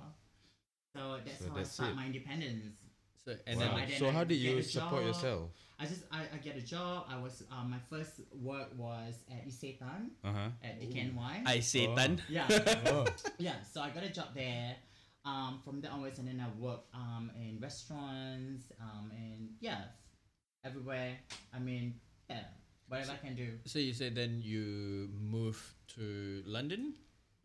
S5: So that's
S2: So
S5: how
S2: that's
S5: I start
S2: it.
S5: my independence.
S3: So and
S5: Wow.
S3: then
S5: I
S3: like,
S5: didn't
S2: so how did
S5: get
S2: you
S5: a
S2: support
S5: job.
S2: yourself?
S5: I just I, I get a job. I was um, my first work was at Isetan
S2: Uh huh.
S5: at DKNY.
S6: I say tan.
S5: yeah,
S2: Oh.
S5: yeah. So I got a job there. Um, from there onwards, and then I worked um, in restaurants um, and yeah, everywhere. I mean, yeah, whatever I can do.
S3: so you said then you moved to London.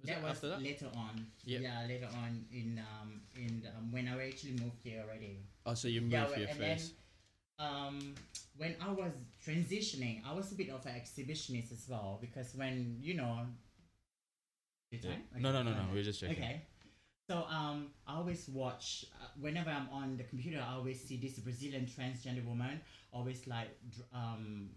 S3: Was
S5: that
S3: that
S5: was
S3: after that?
S5: later on.
S3: Yep.
S5: Yeah, later on in um in the- um, when I actually moved here already.
S3: Oh, so you moved
S5: yeah,
S3: here
S5: and
S3: first.
S5: then um when I was transitioning, I was a bit of an exhibitionist as well because when you know. Did I? Okay,
S2: No, no, no, no.
S5: okay.
S2: We're just checking.
S5: Okay. So um, I always watch uh, whenever I'm on the computer. I always see this Brazilian transgender woman, always like dr- um,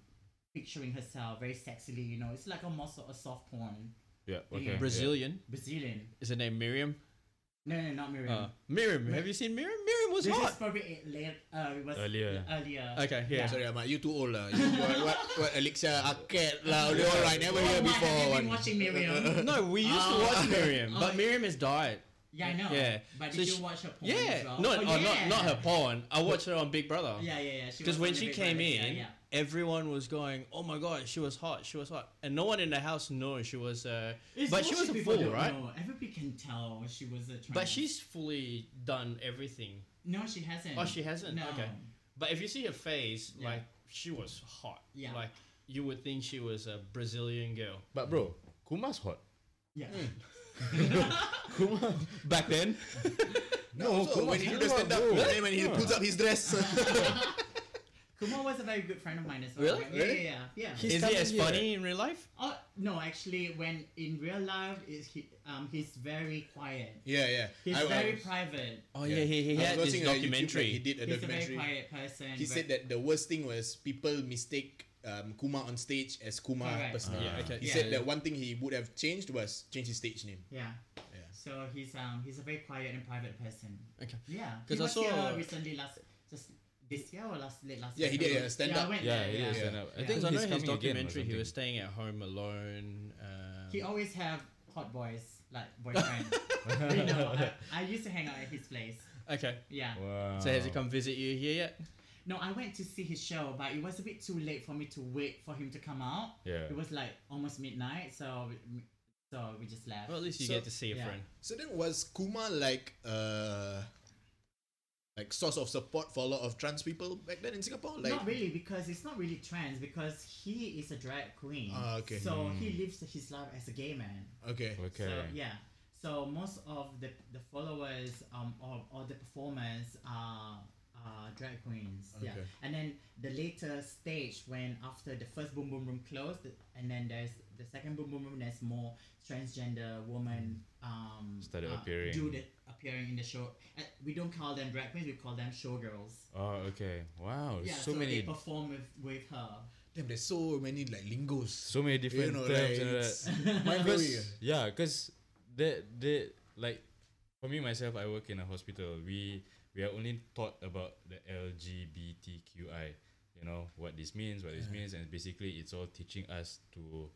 S5: picturing herself very sexily. You know, it's like almost a soft porn.
S2: Yeah. Okay.
S5: Yeah.
S3: Brazilian.
S5: Brazilian.
S3: Is her name Miriam?
S5: No, no, not Miriam.
S3: Uh, Miriam. Have you seen Miriam? Miriam was
S5: this is
S3: hot.
S5: probably it late. Uh, it was
S2: Earlier.
S5: Earlier.
S3: Okay, yeah.
S4: Sorry, Ahmad, you too old lah. You, what, what, what, Elixir, Arcade lah, all all I never hear
S5: Oh, my,
S4: before.
S5: have you
S4: one.
S5: been watching Miriam?
S3: No, we used to watch Miriam,
S5: Oh,
S3: but
S5: yeah.
S3: Miriam has died.
S5: yeah, I know.
S3: Yeah.
S5: But
S3: So
S5: did
S3: she-
S5: you watch her porn
S3: Yeah,
S5: as well?
S3: no,
S5: Oh,
S3: oh, not not her
S5: yeah.
S3: porn. I watched her on Big Brother.
S5: Yeah, yeah, yeah.
S3: Because
S5: was
S3: when
S5: on the
S3: she
S5: Big
S3: came
S5: Brother, yeah,
S3: in,
S5: yeah.
S3: everyone was going, "Oh my god, she was hot, she was hot," and no one in the house knows she was. Uh,
S5: It's
S3: but she
S5: bullshit
S3: was a
S5: people
S3: fool,
S5: don't
S3: right?
S5: know. Everybody can tell she was a trans.
S3: But she's fully done everything.
S5: no, she hasn't.
S3: Oh, she hasn't?
S5: No.
S3: Okay. But if you see her face,
S5: Yeah.
S3: like she was hot.
S5: Yeah.
S3: Like you would think she was a Brazilian girl.
S2: But bro, Kuma's hot.
S5: Yeah.
S3: Hmm.
S2: Kuma back then. no,
S4: So when he do the stand up, then when he pulls up his dress,
S5: Kumar was a very good friend of mine as well.
S3: Really?
S5: Yeah,
S4: Really?
S5: Yeah, yeah, yeah.
S2: He's
S3: Is he
S2: coming
S3: as
S2: here.
S3: funny in real life?
S5: Oh no, actually, when in real life, is he? Um, he's very quiet.
S4: yeah, yeah.
S5: He's
S4: I- I-
S5: very private.
S3: Oh
S4: yeah,
S3: he, he
S4: I was watching a YouTube, like, he did a
S5: He's a very
S4: documentary.
S5: quiet person.
S4: he said that the worst thing was people mistake um, Kuma on stage as Kuma
S5: Correct.
S4: personally.
S2: Ah,
S3: Yeah, okay.
S4: He
S5: Yeah.
S4: said that one thing he would have changed was change his stage name.
S5: Yeah.
S4: Yeah.
S5: So he's um he's a very quiet and private person.
S3: Okay.
S5: Yeah.
S3: 'Cause I
S5: he was
S3: saw-
S5: here recently last just this year or last late last.
S4: Yeah, he
S5: year?
S4: did, yeah, stand
S5: yeah, I
S4: up.
S5: went
S2: Yeah,
S5: there,
S2: he
S5: yeah.
S2: did stand up. I
S5: Yeah.
S2: think
S3: Because I know
S2: he's
S3: his
S2: coming again or
S3: documentary, he was
S2: something.
S3: staying at home alone. Um,
S5: He always have hot boys like boyfriend. you know, I, I used to hang out at his place.
S3: okay.
S5: Yeah.
S2: Wow.
S3: So has he come visit you here yet?
S5: No, I went to see his show, but it was a bit too late for me to wait for him to come out.
S2: Yeah.
S5: It was like almost midnight, so we, so we just left.
S3: Well, at least you
S4: So-
S3: get to see a
S5: yeah.
S3: friend.
S4: So then was Kuma like uh like source of support for a lot of trans people back then in Singapore? Like
S5: not really because it's not really trans because he is a drag queen.
S4: Ah, okay.
S5: So he lives his life as a gay man.
S4: okay.
S2: Okay.
S5: So yeah. So most of the, the followers um or, or the performers are uh, drag queens. Yeah.
S4: Okay.
S5: And then the later stage when after the first boom boom room closed and then there's the second boom boom room there's more transgender women um
S2: Mm. Started
S5: uh,
S2: appearing.
S5: do the, appearing in the show. Uh, we don't call them drag queens, we call them showgirls.
S2: Oh, okay. Wow.
S5: Yeah,
S2: so,
S5: so they
S2: many,
S5: perform with, with her.
S4: Damn, there's so many like lingos.
S2: so many different
S4: You know,
S2: terms.
S4: like,
S2: and uh, all that.
S4: it's mind blowing.
S2: Because yeah, because they they like for me myself, I work in a hospital. We we are only taught about the LGBTQI. You know what this means, what this means, and basically it's all teaching us to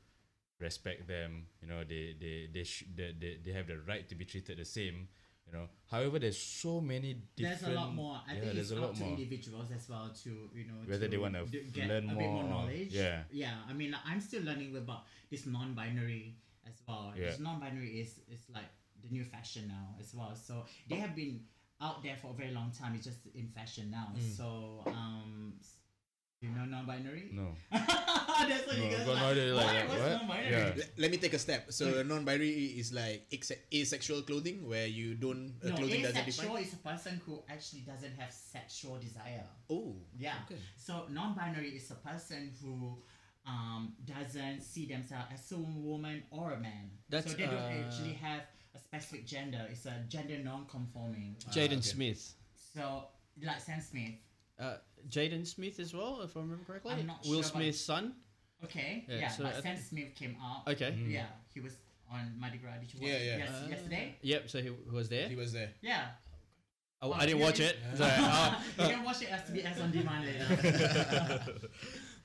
S2: respect them. You know they they they sh- they, they, they have the right to be treated the same. You know, however, there's so many different.
S5: there's a lot more. I
S2: yeah,
S5: think
S2: there's
S5: it's
S2: a
S5: up
S2: lot
S5: to
S2: more.
S5: individuals as well to you know
S2: Whether
S5: to
S2: they wanna
S5: d-
S2: f-
S5: get
S2: learn
S5: a bit more
S2: more or-
S5: knowledge.
S2: yeah.
S5: yeah. I mean, like, I'm still learning about this non-binary as well.
S2: Yeah.
S5: This non-binary is is like the new fashion now as well. So they have been out there for a very long time. It's just in fashion now.
S2: Mm.
S5: So um, s- you know non-binary.
S2: No,
S5: That's what
S2: No,
S5: you guys
S2: got no
S5: like.
S2: idea, like,
S5: Why
S2: like,
S5: was
S2: what?
S5: non-binary?
S2: Yeah.
S4: Le- let me take a step. So non-binary is like axe- asexual clothing where you don't uh,
S5: No,
S4: clothing doesn't
S5: asexual
S4: define.
S5: is a person who actually doesn't have sexual desire.
S4: Oh,
S5: Yeah.
S4: Okay.
S5: So non-binary is a person who um, doesn't see themselves as a woman or a man.
S3: That's,
S5: so they don't
S3: uh,
S5: actually have a specific gender. It's a gender non-conforming. Uh,
S3: Jaden
S4: okay.
S3: Smith.
S5: So like Sam Smith.
S3: Uh, Jaden Smith as well, if I remember correctly.
S5: I'm not
S3: Will
S5: sure, but-
S3: Smith's son.
S5: Okay.
S3: Yeah,
S5: Yeah.
S3: so I
S5: but Sam
S3: think-
S5: Smith came out.
S3: Okay.
S5: Yeah. He was on Mardi Gras. Did you watch
S4: Yeah,
S5: it
S4: yeah.
S5: yes-
S3: Uh,
S5: yesterday?
S3: Yep. So he w- was there.
S4: he was there.
S5: Yeah.
S3: Oh,
S5: Oh,
S3: I didn't
S5: yeah,
S3: watch
S5: yeah.
S3: it. So, uh,
S5: you can watch it as SBS on demand later.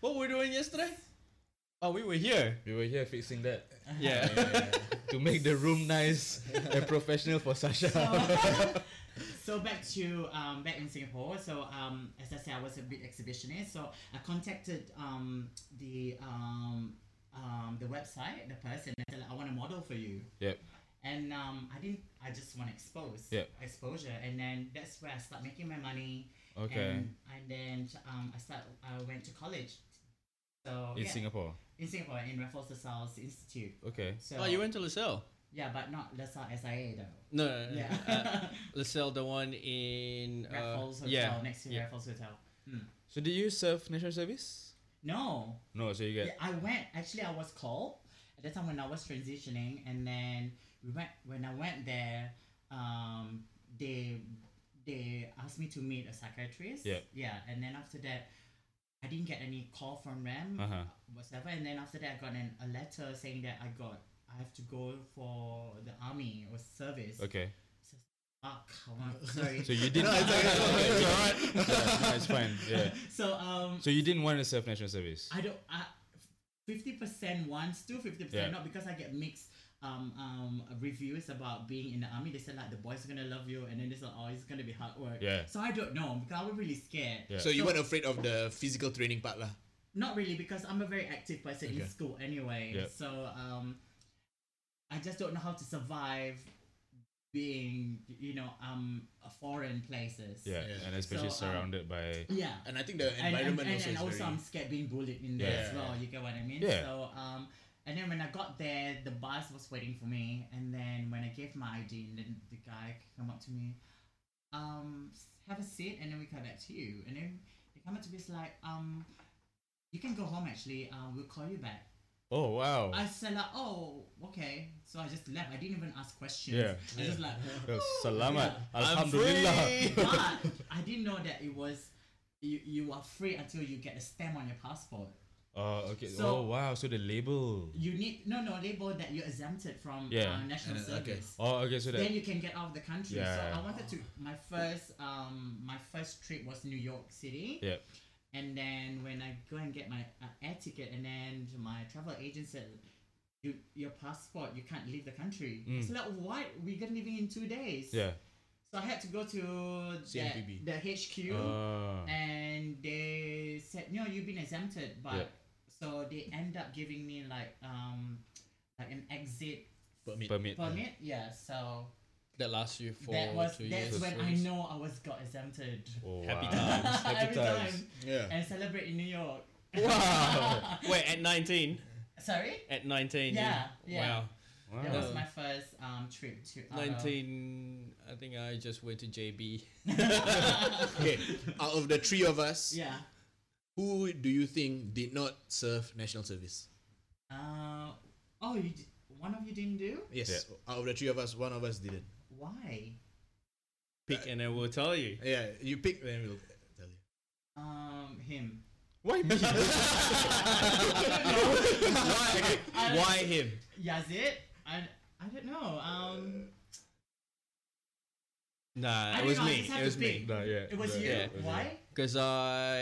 S3: what were we doing yesterday? Oh, we were here.
S2: We were here fixing that
S3: Yeah.
S2: to make the room nice and professional for Sasha.
S5: So, so back to um, back in Singapore. So um, as I said, I was a bit exhibitionist. So I contacted um, the um, um, the website, the person, and said, "I want a model for you."
S2: yep.
S5: And um, I didn't. I just want to expose
S2: Yeah.
S5: exposure, and then that's where I start making my money.
S2: Okay.
S5: And, and then um, I start. I went to college. So
S2: In
S5: yeah,
S2: Singapore.
S5: in Singapore, in Raffles LaSalle's Institute.
S2: Okay.
S5: So
S3: Oh, you went to LaSalle?
S5: yeah, but not LaSalle SIA though.
S3: No. no, no,
S5: Yeah.
S3: Uh, LaSalle, the one in. Uh,
S5: Raffles Hotel,
S3: yeah.
S5: next to Raffles Hotel.
S2: So did you serve national service?
S5: No,
S2: No. So you
S5: yeah.
S2: get
S5: I went. Actually, I was called at the time when I was transitioning, and then we went. When I went there, um, they they asked me to meet a psychiatrist.
S2: Yeah.
S5: yeah, and then after that, I didn't get any call from them,
S2: Uh-huh.
S5: whatsoever. And then after that, I got an, a letter saying that I got I have to go for the army or service.
S2: okay.
S5: Fuck, I'm sorry.
S2: So you didn't. Yeah, no, it's fine. Yeah.
S5: so um,
S2: So you didn't want to serve national service.
S5: I don't. I fifty percent wants to fifty
S2: Yeah.
S5: percent not because I get mixed um um reviews about being in the army. They said like the boys are gonna love you, and then they said oh it's gonna be hard work.
S2: Yeah.
S5: So I don't know because I was really scared.
S2: Yeah.
S4: So you weren't afraid of the physical training part lah.
S5: Not really because I'm a very active person in
S4: Okay.
S5: school anyway.
S2: Yeah.
S5: So um, I just don't know how to survive being you know um foreign places.
S2: yeah.
S4: Yeah.
S2: And especially
S5: So, um,
S2: surrounded by.
S5: Yeah.
S4: And I think the
S5: and, and,
S4: environment
S5: and,
S4: also
S5: and
S4: is
S5: also
S4: very.
S5: I'm scared being bullied in there as
S4: Yeah.
S5: well. You get what I mean?
S2: Yeah.
S5: So um, and then when I got there, the bus was waiting for me, and then when I gave my ID, and then the guy came up to me, um, have a seat, and then we come back to you, and then they come up to me it's like um. You can go home actually, um, we'll call you back.
S2: Oh wow.
S5: I said like, oh, okay. So I just left. I didn't even ask questions.
S2: Yeah.
S5: I just like
S2: Well, Salamat.
S5: Yeah.
S2: Alhamdulillah.
S5: but I didn't know that it was you, you are free until you get a stamp on your passport.
S2: Oh okay.
S5: So-
S2: oh wow. So the label.
S5: You need no no label that you're exempted from
S2: Yeah.
S5: uh, national
S4: Uh, okay.
S5: service.
S2: Oh okay. So
S5: Then
S2: that.
S5: you can get out of the country.
S2: Yeah.
S5: So I wanted to my first um my first trip was New York City.
S2: Yeah.
S5: And then when I go and get my uh, air ticket, and then my travel agent said, you, "Your passport, you can't leave the country."
S2: Mm.
S5: So like, why we get leaving in two days?
S2: Yeah.
S5: So I had to go to the,
S4: CMPB.
S5: the HQ,
S2: Oh.
S5: and they said, "No, you've been exempted." But
S2: Yeah.
S5: so they end up giving me like um like an exit
S4: Permit.
S2: Permit.
S5: permit. Yeah. So
S3: that lasts you for
S5: that was
S3: two years.
S5: that's when I know I was got exempted.
S2: Oh,
S3: Happy
S2: wow.
S3: times.
S2: Happy
S5: Every
S2: times.
S5: time
S4: Yeah.
S5: and celebrate in New York.
S2: Wow.
S3: Wait, at 19?
S5: Sorry.
S3: At 19?
S5: Yeah, yeah.
S3: Wow.
S5: Uh-huh. That
S2: Wow.
S5: was my first um trip to out of-
S3: 19, I think I just went to JB.
S4: Okay. Out of the three of us,
S5: Yeah.
S4: who do you think did not serve national service?
S5: Uh, oh, you d- one of you didn't do?
S4: Yes.
S2: Yeah.
S4: Out of the three of us, one of us didn't.
S5: Why?
S3: Pick and I will tell you.
S4: Yeah. You pick, then we'll tell you.
S5: Um, him.
S2: Why me?
S3: Why,
S5: I-
S3: why him?
S5: Yazid? I I don't know. Um,
S3: Nah, it
S5: I don't
S3: was
S5: know, I
S3: me.
S5: just have
S3: It was
S5: to
S3: me.
S5: pick.
S2: No, yeah.
S5: it was
S2: no,
S5: you.
S2: yeah, it was
S5: Why?
S3: Because I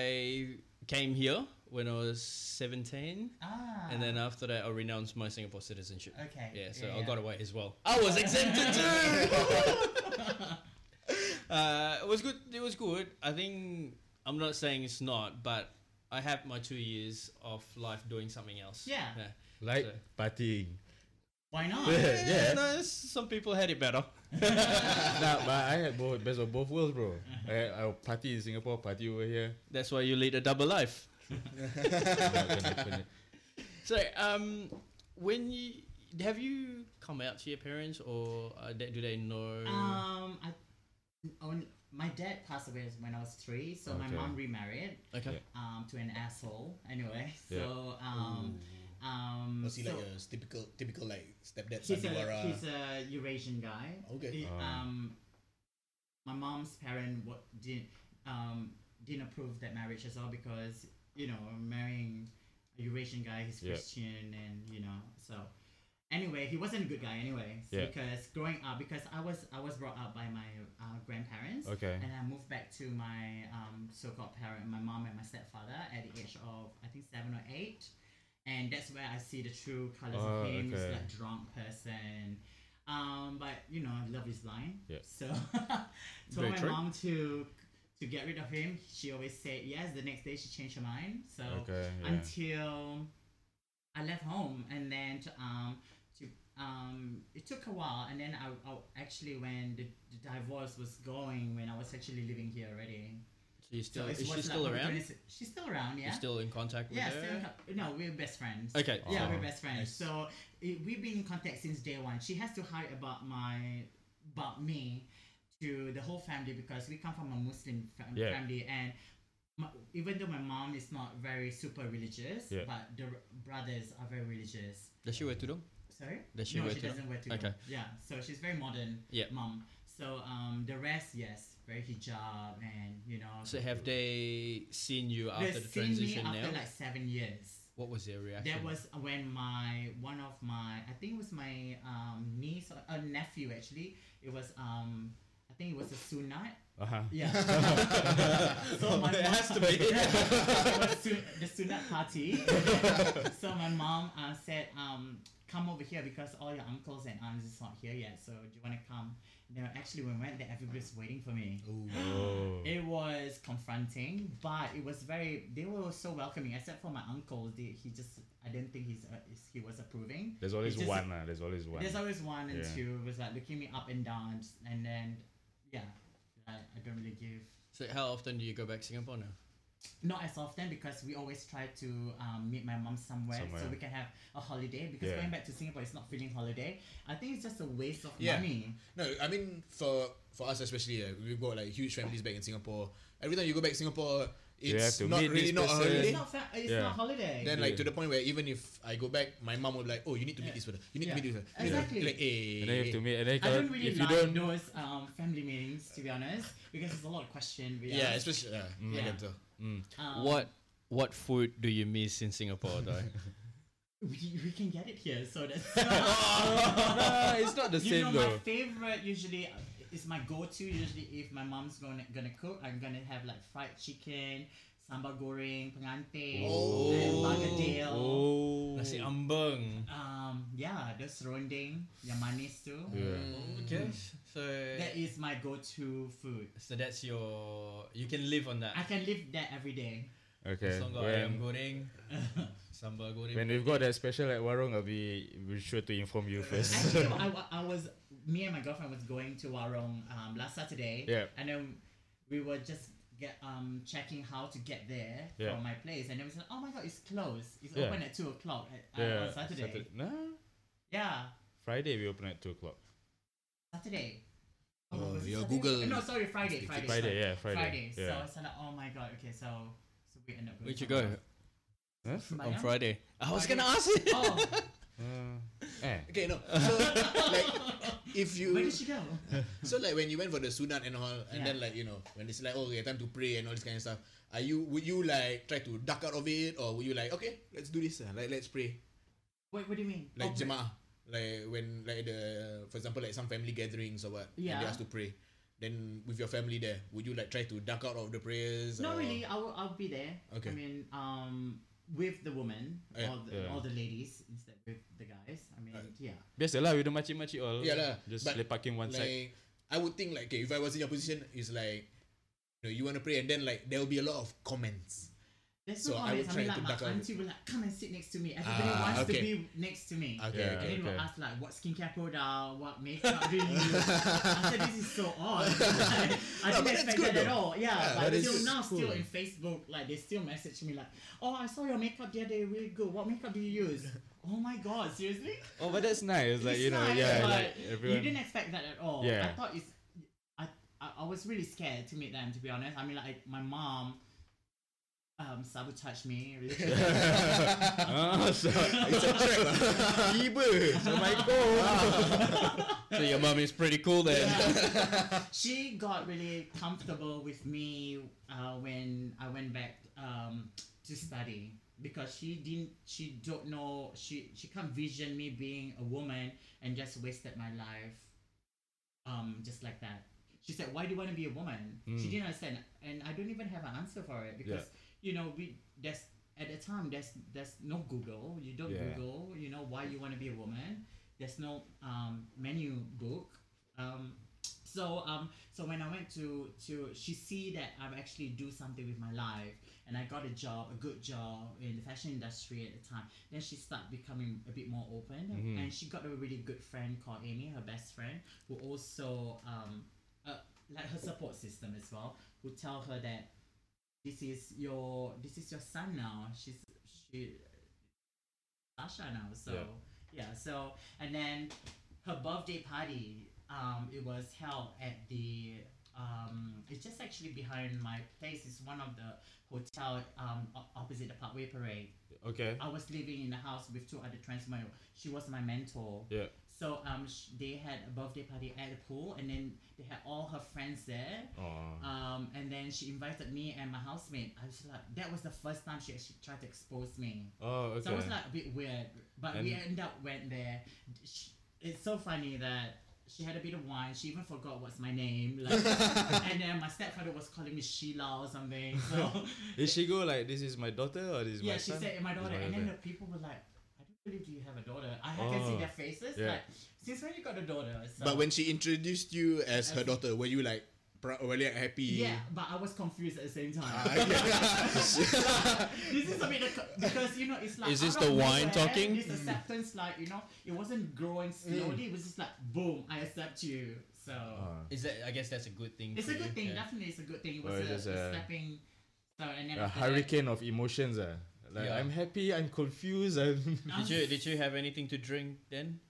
S3: came here when I was 17.
S5: Ah.
S3: And then after that, I renounced my Singapore citizenship.
S5: Okay,
S3: Yeah, so
S5: yeah,
S3: I
S5: yeah.
S3: got away as well. I was exempted too. uh, it was good. It was good. I think I'm not saying it's not, but I had my two years of life doing something else.
S5: Yeah.
S2: Like
S3: So-
S2: partying.
S5: Why not?
S2: Yeah.
S3: Yeah, no, it's- some people had it better.
S2: nah, but I had both best of both worlds, bro.
S5: Uh-huh.
S2: I had I would party in Singapore, party over here.
S3: That's why you lead a double life.
S2: Not gonna happen it.
S3: So, um, when you have you come out to your parents, or uh, they, do they know?
S5: Um, I, on, my dad passed away when I was three, so my
S2: Okay.
S5: mom remarried
S3: okay.
S5: um, to an asshole anyway.
S2: Yeah.
S5: So, um, um,
S4: Mm. Was he
S5: so
S4: like a uh, typical, typical like stepdad
S5: he's,
S4: Sandiwara?
S5: a, he's a Eurasian guy.
S4: Okay.
S5: He,
S2: Ah.
S5: um, my mom's parent what didn't um, didn't approve that marriage as well because you know marrying a Eurasian guy, he's
S2: Yeah.
S5: Christian, and you know so. Anyway, he wasn't a good guy anyway
S2: Yeah.
S5: because growing up because I was I was brought up by my uh, grandparents
S2: Okay.
S5: and I moved back to my um, so-called parent, my mom and my stepfather at the age of I think seven or eight, and that's where I see the true colors
S2: Oh,
S5: of him. He's
S2: okay.
S5: like drunk person. Um, but you know, love is blind.
S2: Yeah.
S5: So
S2: Very
S5: told my
S2: true.
S5: mom to to get rid of him. She always said yes. The next day she changed her mind. So
S2: Okay, yeah.
S5: until I left home, and then to, um to um it took a while, and then I, I actually when the, the divorce was going, when I was actually living here already.
S3: So you still
S5: So it
S3: is she
S5: was like
S3: still
S5: probably
S3: around?
S5: 26 She's still around. Yeah.
S3: You're still in contact with
S5: yeah.
S3: her?
S5: Still, in co- no, we're best friends.
S3: Okay.
S5: Yeah,
S2: Oh,
S5: we're best friends.
S4: nice.
S5: So i we've been in contact since day one. She has to hide about my, about me, to the whole family because we come from a Muslim fam-
S2: Yeah.
S5: family, and my, even though my mom is not very super religious,
S2: Yeah.
S5: but the r- brothers are very religious.
S3: Does she wear tudung?
S5: Sorry.
S3: Does she
S5: no,
S3: wear
S5: she
S3: tudung?
S5: doesn't wear tudung.
S3: Okay.
S5: Yeah, so she's very modern.
S3: Yeah.
S5: Mom. So um, the rest, yes, very hijab and you know.
S3: So have they seen you
S5: They've
S3: after the
S5: seen me
S3: transition
S5: after
S3: now?
S5: like seven years.
S3: what was their reaction?
S5: That was when my one of my I think it was my um, niece or uh, nephew actually. It was um I think it was a sunat.
S2: Uh-huh.
S5: Yeah. so my
S3: it
S5: mom-
S3: has to be.
S5: it was sun- the sunat party. so my mom uh, said um come over here because all your uncles and aunts is not here yet. So do you want to come? No, actually when we went there, everybody's waiting for me.
S2: Oh.
S5: It was confronting, but it was very. They were so welcoming, except for my uncle. They, he just. I didn't think he's. Uh, is- he was approving.
S2: There's always
S5: It's just-
S2: one. Uh, there's always one.
S5: There's always one and
S2: Yeah.
S5: two. Was like looking me up and down, and s- and then, yeah, I, I don't really give.
S3: so how often do you go back to Singapore now?
S5: Not as often because we always try to um, meet my mom somewhere,
S2: Somewhere.
S5: so we can have a holiday. Because
S2: Yeah.
S5: going back to Singapore is not feeling holiday. I think it's just a waste of
S4: Yeah.
S5: money.
S4: No, I mean for for us especially, uh, we've got like huge families back in Singapore. Every time you go back to Singapore,
S2: have
S4: it's
S2: to
S4: not
S2: meet
S4: really
S2: this
S4: not a
S2: person.
S4: holiday.
S5: It's not. Fa- it's
S2: Yeah.
S5: not holiday.
S4: Then like to
S2: Yeah.
S4: the point where even if I go back, my mom would be like, "Oh, you need to meet
S5: Yeah.
S4: this person. You need
S5: Yeah.
S4: to meet this person." You know,
S5: Exactly.
S4: Like, eh, hey,
S2: and then you have to meet. And then
S5: I don't
S2: kalau-
S5: really
S2: if
S5: like
S2: you don't,
S5: those um, family meetings, to be honest, because there's a lot of questions. we
S4: yeah,
S5: ask.
S4: especially yeah, I
S3: Mm.
S5: Yeah.
S4: can tell.
S5: Um,
S3: what what food do you miss in Singapore though?
S5: We, we can get it here, so that's.
S2: Nah, it's not the
S5: you
S2: same
S5: know,
S2: though.
S5: my favorite usually uh, is my go-to. Usually, if my mom's gonna gonna cook, I'm gonna have like fried chicken, sambal goreng, pengantin, and bagadiel.
S2: Oh.
S3: Nasi ambeng.
S5: Um, yeah, those rondeng, yang manis too.
S2: Yeah.
S5: Mm.
S6: Mm.
S3: Okay. So
S5: That is my go-to food.
S3: so that's your you can live on that.
S5: I can live that every day.
S2: Okay.
S3: As long as
S2: When,
S3: ayam goreng, sambal goreng.
S2: when we've got that special at Warung, I'll be we're sure to inform you first.
S5: Actually, I, wa- I was me and my girlfriend was going to Warong um, last Saturday.
S2: Yeah.
S5: And then we were just get um checking how to get there
S2: Yeah.
S5: from my place, and then we said, "Oh my god, it's closed. It's
S2: Yeah.
S5: open at two o'clock at, uh, on Saturday."
S2: Satur- Nah.
S5: Yeah,
S2: Friday we open at two o'clock.
S5: Saturday.
S4: Oh,
S5: was it
S4: your
S5: Saturday? Uh,
S4: Google-
S5: No, sorry, Friday. Friday.
S2: Friday, yeah, Friday.
S5: Friday.
S2: Yeah.
S5: So I said, like, "Oh my god, okay, so." so we end up going
S3: Where'd you go?
S5: somewhere
S2: Huh?
S5: else.
S3: On
S5: Sembayang?
S3: Friday. I was
S5: Friday.
S3: gonna ask it.
S5: Oh,
S2: Uh, eh.
S4: Okay, no. So like if you
S5: where did she go?
S4: so like when you went for the sunat and all, and
S5: Yeah.
S4: then like you know when it's like oh, okay, time to pray and all this kind of stuff. Are you would you like try to duck out of it or would you like okay let's do this uh, like let's pray
S5: Wait, what do you mean?
S4: like
S5: Oh,
S4: jemaah like when like the for example like some family gatherings or what and they
S5: Yeah.
S4: ask to pray then with your family there would you like try to duck out of the prayers
S5: Not
S4: or-
S5: really. I'll I'll be there.
S4: Okay.
S5: I mean, um, with the woman,
S4: Yeah,
S5: all the
S2: yeah.
S5: all the ladies instead with the guys. I mean, yeah.
S2: Biasalah with the makcik-makcik all.
S4: Yeah lah,
S2: Just
S4: but
S2: lepak in one side.
S4: like I would think like okay, if I was in your position it's like you know you want to pray and then like there will be a lot of comments
S5: There's
S4: So
S5: no
S4: I would
S5: comments. I, mean,
S4: try to
S5: like my
S4: duck out.
S5: auntie will like come and sit next to me. Everybody
S4: Ah,
S5: wants
S4: okay.
S5: to be next to
S4: okay
S5: me.
S2: Yeah.
S5: And
S4: okay
S5: they will
S2: Okay.
S5: ask like, what skincare product, what makeup do you use? I said, this is so odd.
S4: No,
S5: Like, I didn't
S4: but that's
S5: expect
S4: good
S5: that at
S4: though.
S5: all. Yeah,
S4: Yeah,
S5: but
S4: that is
S5: still now, still
S4: cool.
S5: in Facebook, like they still message me like, oh, I saw your makeup the other day, really good. What makeup do you use? Oh my god, seriously?
S2: Oh, but that's nice. Like
S5: It's
S2: you know,
S5: nice,
S2: yeah,
S5: but
S2: like
S5: You didn't
S2: everyone.
S5: expect that at all.
S2: Yeah.
S5: I thought it's. I, I I was really scared to meet them. To be honest, I mean, like my mom, um, sabotaged me. literally.
S2: Ah, so
S4: it's a trap ah.
S2: tiba. Assalamualaikum.
S3: So your mum is pretty cool then.
S5: she got really comfortable with me uh, when I went back um, to study because she didn't she don't know she she can't vision me being a woman and just wasted my life um just like that she said why do you want to be a woman she didn't understand and i don't even have an answer for it because you know we there's at the time there's there's no Google. You don't
S2: Yeah.
S5: Google. You know why you want to be a woman. There's no um, menu book. Um, so um, so when I went to to she see that I actually do something with my life, and I got a job, a good job in the fashion industry at the time. Then she started becoming a bit more open, and she got a really good friend called Amy, her best friend, who also um, uh, like her support system as well, who tell her that this is your this is your son now. She's she Sasha now. So
S2: Yeah.
S5: yeah. so and then her birthday party, um, it was held at the um, it's just actually behind my place. It's one of the hotel um o- opposite the Parkway Parade.
S2: Okay.
S5: I was living in the house with two other trans male. She was my mentor.
S2: Yeah.
S5: So um, sh- they had a birthday party at the pool, and then they had all her friends there.
S2: Aw.
S5: Um, and then she invited me and my housemate. I was like, that was the first time she actually tried to expose me.
S2: Oh, okay.
S5: So it was like a bit weird, but we
S2: And-
S5: end up went there. Sh it's so funny that she had a bit of wine. She even forgot what's my name. Like, and then my stepfather was calling me Sheila or something. So
S2: Did she go like, "This is my daughter" or "This is
S5: yeah,
S2: my
S5: she
S2: son"? Ah.
S5: said my
S2: This is
S5: daughter, and then the
S2: daughter.
S5: people were like, I don't believe you have a daughter. I, I can see
S2: Oh,
S5: their faces.
S2: yeah.
S5: Like, since when you got a daughter? So.
S4: But when she introduced you as her daughter, were you like proud, were you like happy?
S5: Yeah, but I was confused at the same time.
S4: Ah,
S5: this is a bit of, because you know it's like
S6: Is
S5: out
S6: this
S5: of
S6: the wine
S5: nowhere,
S6: talking?
S5: This acceptance, like you know, it wasn't growing
S2: Mm.
S5: slowly. It was just like boom, I accept you. So
S2: Ah.
S6: Is that? I guess that's a good thing.
S5: it's
S6: for
S5: a
S6: you,
S5: good thing.
S6: yeah.
S5: Definitely, it's a good thing. It
S2: Well,
S5: was
S2: it
S5: a,
S2: is
S5: a
S2: a-
S5: stepping. So and then
S2: A
S5: after that-
S2: hurricane of emotions. Ah, like
S6: Yeah.
S2: I'm happy, I'm confused, I'm.
S5: Um,
S6: Did you did you have anything to drink then?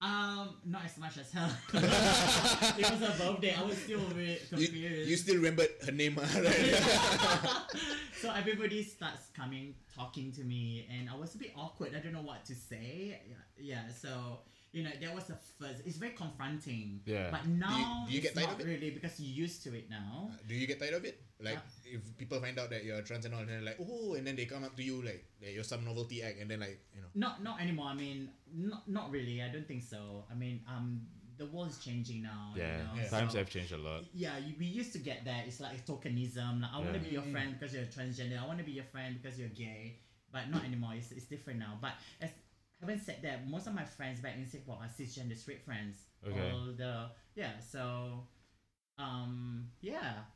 S5: Um, not as much as her. it was her birthday. I was still a bit
S4: you,
S5: confused.
S4: you still remembered her name, ah, right?
S5: so everybody starts coming talking to me and i was a bit awkward i don't know what to say yeah, yeah so you know that was the first it's very confronting
S2: Yeah.
S5: but now
S4: do you get
S5: it's
S4: tired
S5: not
S4: of it?
S5: really because you're used to it now
S4: Do you get tired of it? Like if people find out that you're trans and all, and they're like, oh, and then they come up to you like that you're some novelty act, and then like you know.
S5: not not anymore i mean not not really i don't think so i mean um the world's changing now you
S2: Yeah.
S5: know,
S2: Times
S5: so-
S2: have changed a lot.
S5: yeah, you, we used to get that. It's like tokenism. Like, I want to
S2: Yeah.
S5: be your friend because you're transgender. I want to be your friend because you're gay. But not anymore. It's, it's different now. But as having said that, most of my friends back in Singapore are cisgender straight friends.
S2: Okay.
S5: All the yeah. So, um, yeah.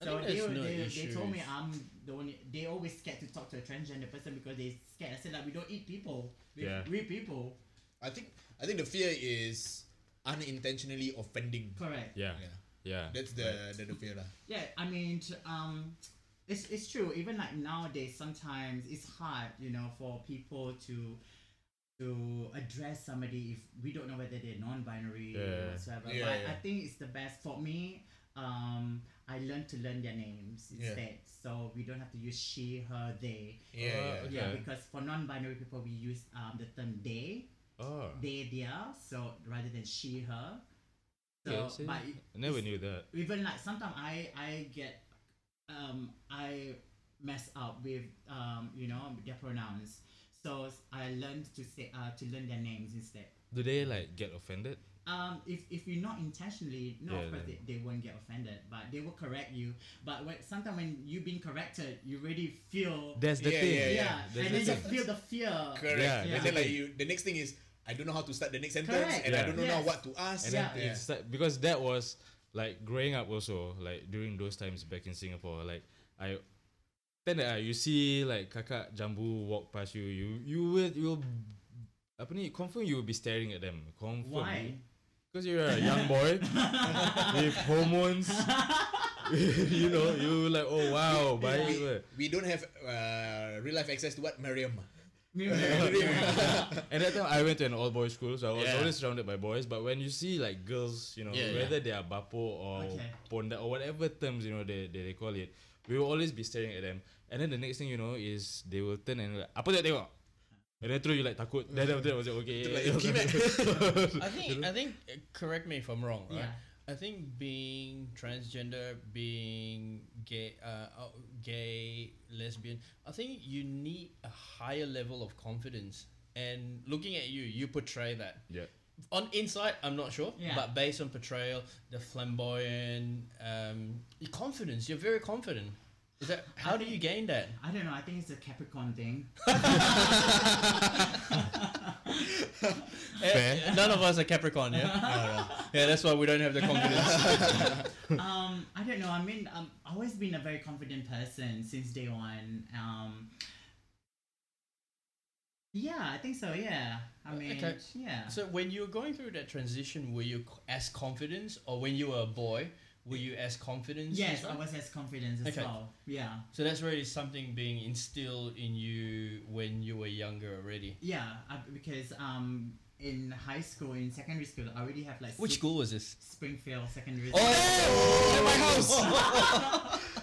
S6: I
S5: So
S6: think
S5: they,
S6: there's
S5: were-
S6: no
S5: they, they
S6: issues.
S5: told me I'm the only. They always scared to talk to a transgender person because they scared. I said like we don't eat people. We,
S2: Yeah.
S5: we people.
S4: I think I think the fear is unintentionally offending.
S5: Correct.
S2: Yeah.
S4: Yeah.
S2: Yeah.
S4: That's the the, the fear lah.
S5: Yeah, I mean, t- um, it's it's true. Even like nowadays, sometimes it's hard, you know, for people to to address somebody if we don't know whether they're non-binary
S2: Yeah.
S5: or whatsoever.
S4: Yeah,
S5: but I
S4: yeah.
S5: think it's the best for me. Um, I learned to learn their names
S4: Yeah.
S5: instead, so we don't have to use she, her, they.
S4: Yeah,
S2: Uh,
S4: yeah.
S5: Yeah,
S2: Okay.
S5: because for non-binary people, we use um, the term they,
S2: Oh.
S5: they, their, so rather than she, her. So,
S2: Okay, see?
S5: but
S2: I never knew that.
S5: even like sometimes I I get um I mess up with um you know their pronouns. So I learned to say uh, to learn their names instead.
S2: Do they like get offended?
S5: Um, if if you're not intentionally, no,
S2: Yeah,
S5: of course
S2: then-
S5: they, they won't get offended, but they will correct you. But when, sometimes when you being corrected, you really feel
S2: That's the
S4: Yeah,
S2: thing.
S4: yeah,
S5: yeah,
S2: That's
S5: and then
S2: the
S5: you
S2: thing.
S5: feel the fear.
S4: Correct.
S2: Yeah,
S4: and
S5: Uh, yeah.
S4: then like you, the next thing is I don't know how to start the next sentence,
S5: Correct.
S4: and
S2: Yeah.
S4: I don't know now
S5: Yes.
S4: what to ask.
S2: And
S5: Yeah.
S2: then it's like, because that was like growing up also like during those times back in Singapore like I then uh, you see like kakak jambu walk past you you you will you will apa ni confirm you will be staring at them confirm
S5: Why?
S2: because you're a young boy with hormones you know you like oh wow bye
S4: we, we don't have uh, real life access to what Mariam.
S2: And that time I went to an all boys school, so I was
S6: Yeah.
S2: always surrounded by boys. But when you see like girls, you know,
S6: Yeah,
S2: whether they are bapo or
S5: Okay.
S2: ponda or whatever terms you know they, they, they call it, we will always be staring at them. And then the next thing you know is they will turn and like, apa tu tengok? And then through you like takut. Then after that was like okay.
S4: Like, "Kim, eh?"
S6: I think I think uh, correct me if I'm wrong, right?
S5: Yeah.
S6: I think being transgender, being gay, uh, uh, gay, lesbian, I think you need a higher level of confidence. And looking at you, you portray that.
S2: yeah.
S6: On inside, I'm not sure,
S5: Yeah.
S6: but based on portrayal, the flamboyant, um, confidence, you're very confident.
S3: Is that how do you gain that?
S5: I don't know. I think it's a Capricorn thing.
S2: Fair.
S3: None of us are Capricorn, yeah. Yeah, that's why we don't have the confidence.
S5: um, I don't know. I mean, um, I've always been a very confident person since day one. Um, yeah, I think so. Yeah, I mean,
S3: okay.
S5: yeah.
S3: so when you were going through that transition, were you c- as confident, or when you were a boy, were you as confident? as
S5: yes,
S3: well?
S5: I was as confident as
S3: Okay.
S5: well. Yeah,
S3: So that's really something being instilled in you when you were younger already.
S5: yeah. I, because um, in high school, in secondary school, I already have like
S3: Which
S5: Sp-
S3: school Oh, was this?
S5: Springfield Secondary.
S4: At my house.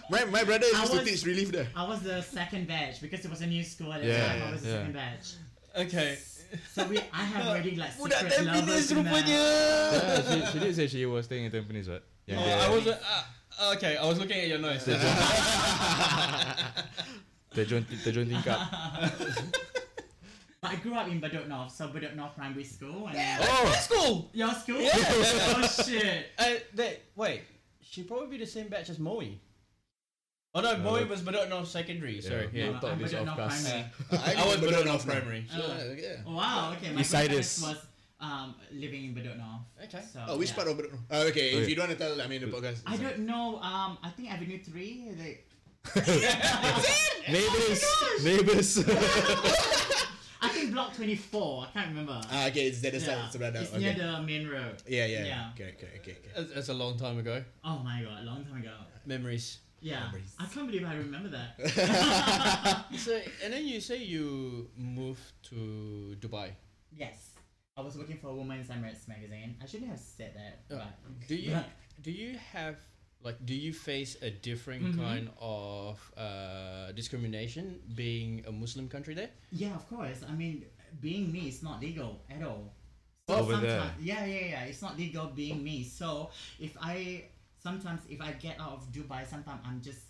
S4: my, my brother
S5: I
S4: used to
S5: was-
S4: teach relief there.
S5: I was the second batch because it was a new school at the
S2: Yeah,
S5: time.
S2: yeah,
S5: I was the
S2: yeah.
S5: second batch.
S3: Okay.
S5: So we, I have already like
S3: Budak
S5: secret lovers.
S3: Tampines
S5: in the-
S3: rupanya.
S2: yeah, she, she did say she was staying in Tampines, right? Yeah.
S3: Oh, I was uh, okay. I was looking at your nose.
S2: Terjun, terjun tingkap.
S5: But I grew up in Bedok North, so Bedok North Primary School. And
S2: Oh,
S3: That's cool.
S5: Your school?
S3: Yeah.
S5: oh shit.
S3: Uh, that wait, she probably be the same batch as Moe. Oh no, Moe was Bedok North Secondary. Sorry,
S2: Yeah.
S3: yeah.
S2: We'll talk
S5: I'm
S2: this
S5: Bedok
S2: off
S5: North
S2: cast.
S5: Primary.
S3: I was
S4: remember
S3: Bedok
S4: now.
S3: North Primary.
S4: So, yeah.
S5: Oh, wow, okay. My
S2: Insiders.
S5: grandparents was um, living in Bedok North.
S3: Okay.
S5: So,
S4: Oh, which
S5: yeah.
S4: part of Bedok? Oh, okay, if
S2: Okay.
S4: you don't want to tell, I mean, the podcast.
S5: I don't know. Um, I think Avenue 3. Like,
S2: neighbors, neighbors.
S5: I think Block 24. I can't remember.
S4: Ah, okay, it's that side, it's brother.
S5: It's near
S4: Okay.
S5: the main road.
S4: Yeah, yeah, yeah.
S5: Yeah.
S4: Okay, okay, okay. okay.
S3: That's, that's a long time ago.
S5: Oh my god, long time ago.
S3: Memories.
S5: Yeah.
S4: Memories.
S5: I can't believe I remember that.
S3: So, and then you say you moved to Dubai.
S5: yes. I was working for Women's Emirates magazine. I shouldn't have said that.
S4: Oh.
S5: but-
S3: Do you do you have like do you face a different
S5: Mm-hmm.
S3: kind of uh, discrimination being a Muslim country there?
S5: Yeah, of course. I mean, being me is not legal at all.
S2: Over
S5: sometimes- Yeah, yeah, yeah. It's not legal being me. So if I sometimes if I get out of Dubai, sometimes I'm just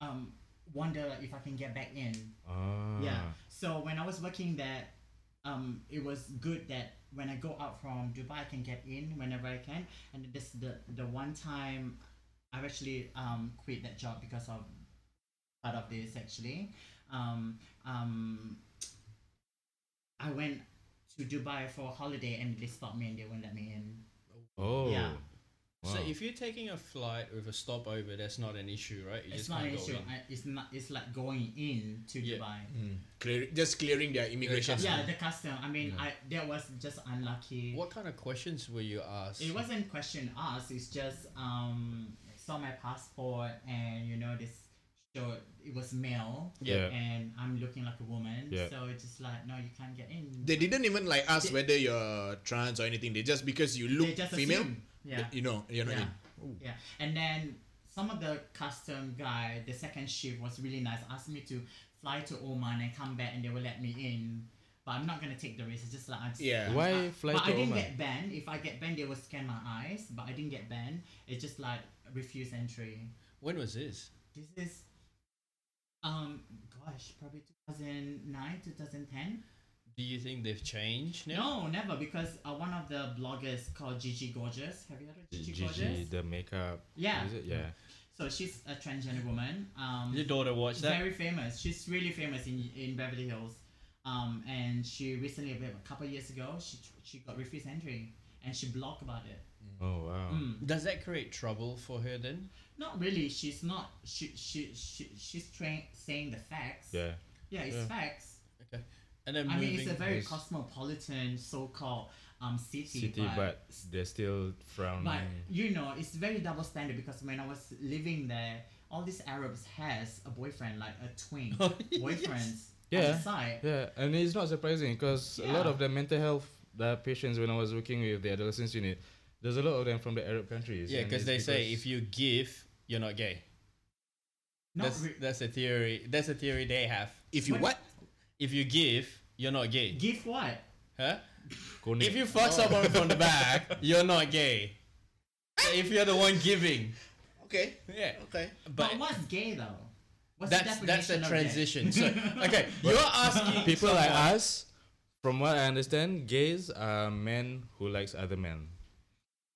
S5: um wonder like, if I can get back in.
S2: Ah.
S3: Uh.
S5: Yeah. So when I was working there, um, it was good that when I go out from Dubai, I can get in whenever I can. And this the the one time I've actually um quit that job because of part of this actually. Um, um, I went to Dubai for a holiday and they stopped me and they won't let me in.
S2: Oh.
S5: Yeah.
S3: So
S2: Wow.
S3: if you're taking a flight with a stopover, that's not an issue, right? You
S5: It's
S3: just
S5: not an
S3: can't go
S5: issue.
S3: in.
S5: I, it's not. It's like going in to
S3: Yeah.
S5: Dubai.
S4: Hmm. Clear, just clearing their immigration.
S5: Yeah, the custom. I mean, I that was just unlucky.
S3: What kind of questions were you asked?
S5: It wasn't question us. It's just um saw my passport and you know this showed it was male
S2: Yeah.
S5: and I'm looking like a woman.
S2: Yeah.
S5: So it's just like no, you can't get in.
S4: They didn't even like ask
S5: They-
S4: whether you're trans or anything. They just because you look female,
S5: assume. Yeah.
S4: you know, you're not
S5: Yeah.
S4: in.
S5: Yeah. And then some of the custom guy, the second shift was really nice. Asked me to fly to Oman and come back, and they will let me in. But I'm not gonna take the risk. It's just like I'm.
S4: Yeah.
S2: Why
S5: I-
S2: fly
S5: but
S2: to
S5: I didn't
S2: Oman?
S5: get banned. If I get banned, they will scan my eyes. But I didn't get banned. It's just like refuse entry.
S3: when was this?
S5: This is, um, gosh, probably 2009, 2010.
S3: Do you think they've changed now?
S5: No, never, because uh, one of the bloggers called Gigi Gorgeous. Have you heard of Gigi,
S2: Gigi,
S5: Gorgeous?
S2: the makeup.
S5: Yeah.
S2: Is it? Yeah.
S5: So she's a transgender woman. Um,
S3: Your daughter watched that.
S5: Very famous. She's really famous in in Beverly Hills. Um, and she recently, a couple years ago, she she got refused entry, and she blogged about it.
S2: Oh wow.
S5: Mm.
S3: Does that create trouble for her then?
S5: Not really. She's not. She she she she's train, saying the facts.
S2: Yeah.
S5: Yeah, it's
S2: Yeah.
S5: facts.
S3: Okay. And then
S5: I
S3: moving
S5: mean, it's a very
S2: is-
S5: cosmopolitan, so-called um city,
S2: City,
S5: but, um,
S2: but they're still frowning.
S5: but, you know, it's very double standard because when I was living there, all these Arabs has a boyfriend, like a twin
S3: Oh,
S5: boyfriends on
S2: Yeah.
S5: the side.
S2: Yeah, and it's not surprising because a lot
S5: Yeah.
S2: of the mental health uh, patients when I was working with the adolescents unit, there's a lot of them from the Arab countries.
S3: Yeah,
S2: and
S3: cause
S2: it's
S3: they say if you give, you're not gay.
S5: Not
S3: that's
S5: re-
S3: that's a theory. That's a theory they have.
S4: If you what?
S3: If you give, you're not gay.
S5: give what?
S3: Huh?
S2: Konik.
S3: If you fuck someone from the back, you're not gay. if you're the one giving,
S4: Okay,
S3: yeah.
S4: okay.
S5: But,
S3: But
S5: what's gay though? What's
S3: that's that's a
S5: definition of gay?
S3: transition. So okay, you're asking
S2: people like us, from what I understand, gays are men who likes other men.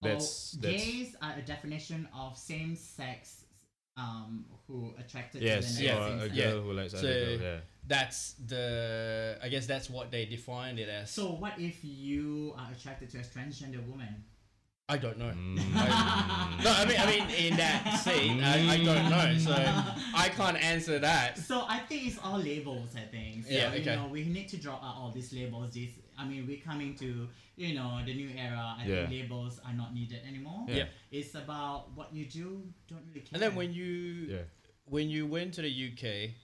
S5: Or Oh,
S2: That's that's
S5: gays are a definition of same-sex um, who attracted
S2: Yes,
S5: to the
S2: yeah,
S5: next
S2: or a girl
S5: instance.
S3: yeah.
S2: who likes
S3: So-
S2: other girl. Yeah.
S3: That's the. I guess that's what they defined it as.
S5: So what if you are attracted to a transgender woman?
S3: I don't know.
S2: Mm.
S3: No, I mean, I mean, in that scene, I, I don't know, so I can't answer that.
S5: So I think it's all labels. I think. So,
S3: Yeah, okay.
S5: You know, we need to draw out all these labels. This, I mean, we're coming to you know the new era. I
S2: Yeah.
S5: think labels are not needed anymore.
S2: Yeah.
S5: It's about what you do. Don't really care.
S3: And then when you
S2: Yeah.
S3: when you went to the UK,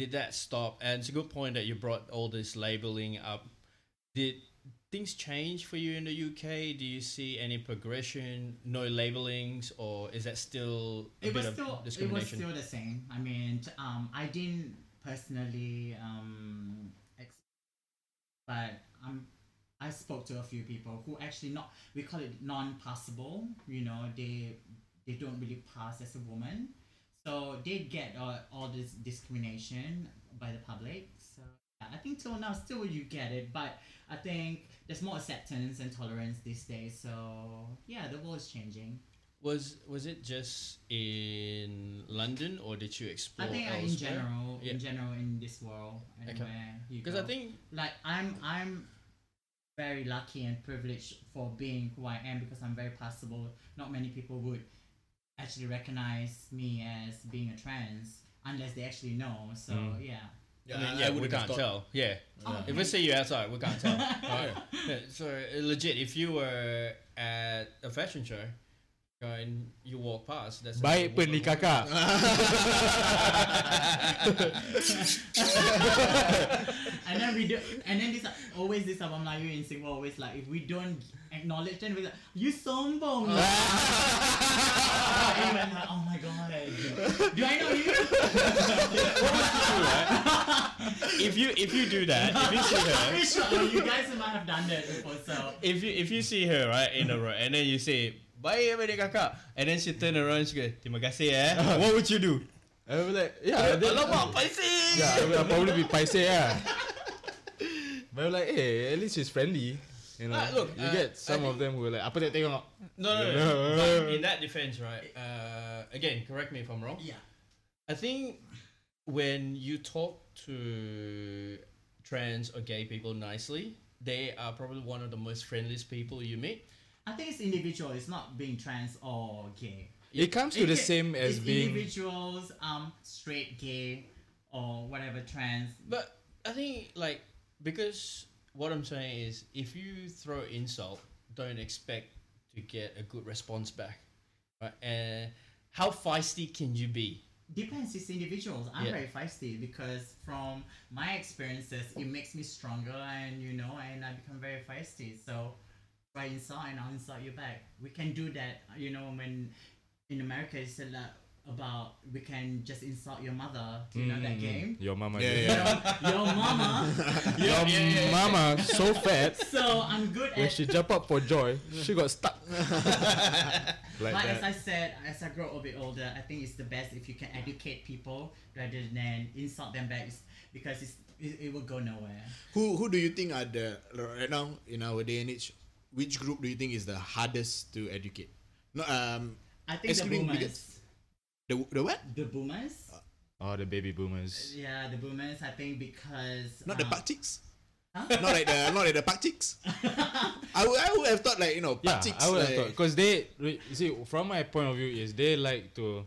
S3: did that stop? And it's a good point that you brought all this labeling up. Did things change for you in the UK? Do you see any progression? No labelings, or is that still a
S5: it
S3: bit
S5: was
S3: of
S5: still it was
S3: discrimination?
S5: still the same. I mean, t- um, I didn't personally um, ex- but um, I spoke to a few people who actually not we call it non-passable. You know, they they don't really pass as a woman, so they get all, all this discrimination by the public. So yeah, I think till now still you get it, but I think there's more acceptance and tolerance these days. So yeah, the world is changing.
S3: was was it just in London, or did you explore?
S5: I think uh, in
S3: elsewhere?
S5: general,
S3: Yeah.
S5: in general, in this world, anywhere you
S3: Because I
S5: go.
S3: think
S5: like I'm, I'm very lucky and privileged for being who I am because I'm very passable. Not many people would actually recognize me as being a trans unless they actually know. So
S3: Hmm.
S5: yeah,
S4: Yeah,
S3: I mean,
S4: I-
S3: yeah,
S4: I
S3: we
S4: would've
S3: can't
S4: thought-
S3: tell. Yeah.
S5: Oh,
S3: If we
S5: okay.
S3: see you outside, we can't tell. Right. Yeah, So uh, legit, if you were at a fashion show, and you walk past, that's a
S2: Baik pun
S3: woman.
S2: ni kakak.
S5: and then we do, and then this always this abang Melayu in Singapore always like if we don't acknowledge them, we're like you sombong. And I'm like, oh my god, do I know you?
S3: If you if you do that, if you see
S5: I'm
S3: her,
S5: pretty sure uh, you guys might have done that before, so
S3: if you if you see her right in a row, and then you say baik apa ni kakak, and then she turn around, she go terima kasih eh. What would you do?
S2: I would be like, yeah, then,
S3: Alamak, paiseh.
S2: yeah, I would I'd probably be paiseh, yeah. But I'm like, hey, at least she's friendly. You know,
S3: Ah, look,
S2: you
S3: uh,
S2: get some
S3: I
S2: of them who are like, apa tak tengok?
S3: No, no, no. no. But in that defense, right? Uh, again, correct me if I'm wrong.
S5: yeah.
S3: I think when you talk to trans or gay people nicely, they are probably one of the most friendliest people you meet.
S5: I think it's individual. It's not being trans or gay.
S2: It comes to the
S5: It's-
S2: same as
S5: it's
S2: being.
S5: individuals, um, straight, gay, or whatever trans.
S3: But I think like because what I'm saying is if you throw insult, don't expect to get a good response back. Right? And how feisty can you be?
S5: Depends. It's individuals. I'm
S3: Yeah.
S5: very feisty because from my experiences, it makes me stronger, and you know, and I become very feisty. So, right inside and I'll insult you back. We can do that. You know, when in America, it's a lot about we can just insult your mother. Do you know
S2: Mm-hmm.
S5: that game?
S2: mm, Your mama.
S4: Yeah,
S2: did.
S4: yeah.
S5: Your- your mama.
S2: Your Um, mama so fat
S5: So I'm good
S2: when
S5: at
S2: she jump up for joy, she got stuck. like
S5: but as I
S2: that.
S5: said, as I grow a bit older, I think it's the best if you can educate people rather than insult them back, it's- because it's, it, it will go nowhere.
S4: Who who do you think are the right now in our day and age? Which group do you think is the hardest to educate? No, um,
S5: I think
S4: Excluding
S5: the boomers,
S4: bigots. the the what?
S5: the boomers,
S2: Oh, the baby boomers.
S5: yeah, the boomers. I think because
S4: Not the
S5: um,
S4: park chicks. Not like the not like the park chicks. I would, I would have thought like you know
S2: Yeah,
S4: park chicks.
S2: I would have
S4: like,
S2: thought because they re- you see from my point of view is they like to.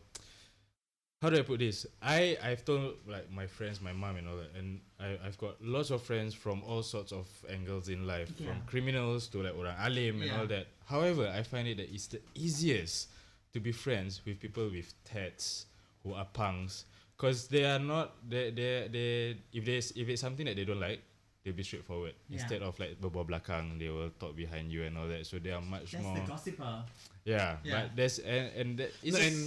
S2: How do I put this? I I've told like my friends, my mom and all that, and I I've got lots of friends from all sorts of angles in life, from
S5: Yeah.
S2: criminals to like orang alim and
S5: Yeah.
S2: all that. However, I find it that it's the easiest to be friends with people with tats who are punks, because they are not they they they if there's if it's something that they don't like, they'll be straightforward
S5: Yeah.
S2: instead of like berbual belakang, they will talk behind you and all that. So they are much
S5: that's
S2: more.
S5: the gossiper.
S2: Yeah,
S5: Yeah.
S2: but that's and and that is
S4: no, and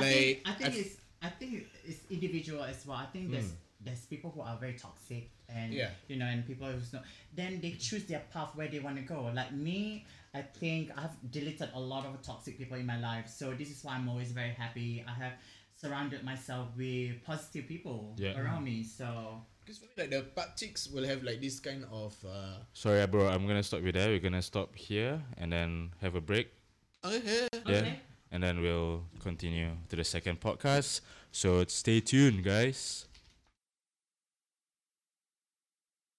S5: I
S4: like
S5: think, I think
S4: I've-
S5: it's I think it's individual as well. I think there's there's people who are very toxic and
S4: Yeah.
S5: you know and people who's not then they choose their path where they want to go. Like me, I think I've deleted a lot of toxic people in my life. So this is why I'm always very happy. I have surrounded myself with positive people
S2: Yeah.
S5: around me. So
S4: Because for me, like the park chicks will have like this kind of. Uh,
S2: sorry, bro. I'm gonna stop you there. We're gonna stop here and then have a break.
S4: okay.
S2: Yeah.
S5: okay.
S2: and then we'll continue to the second podcast. So stay tuned, guys.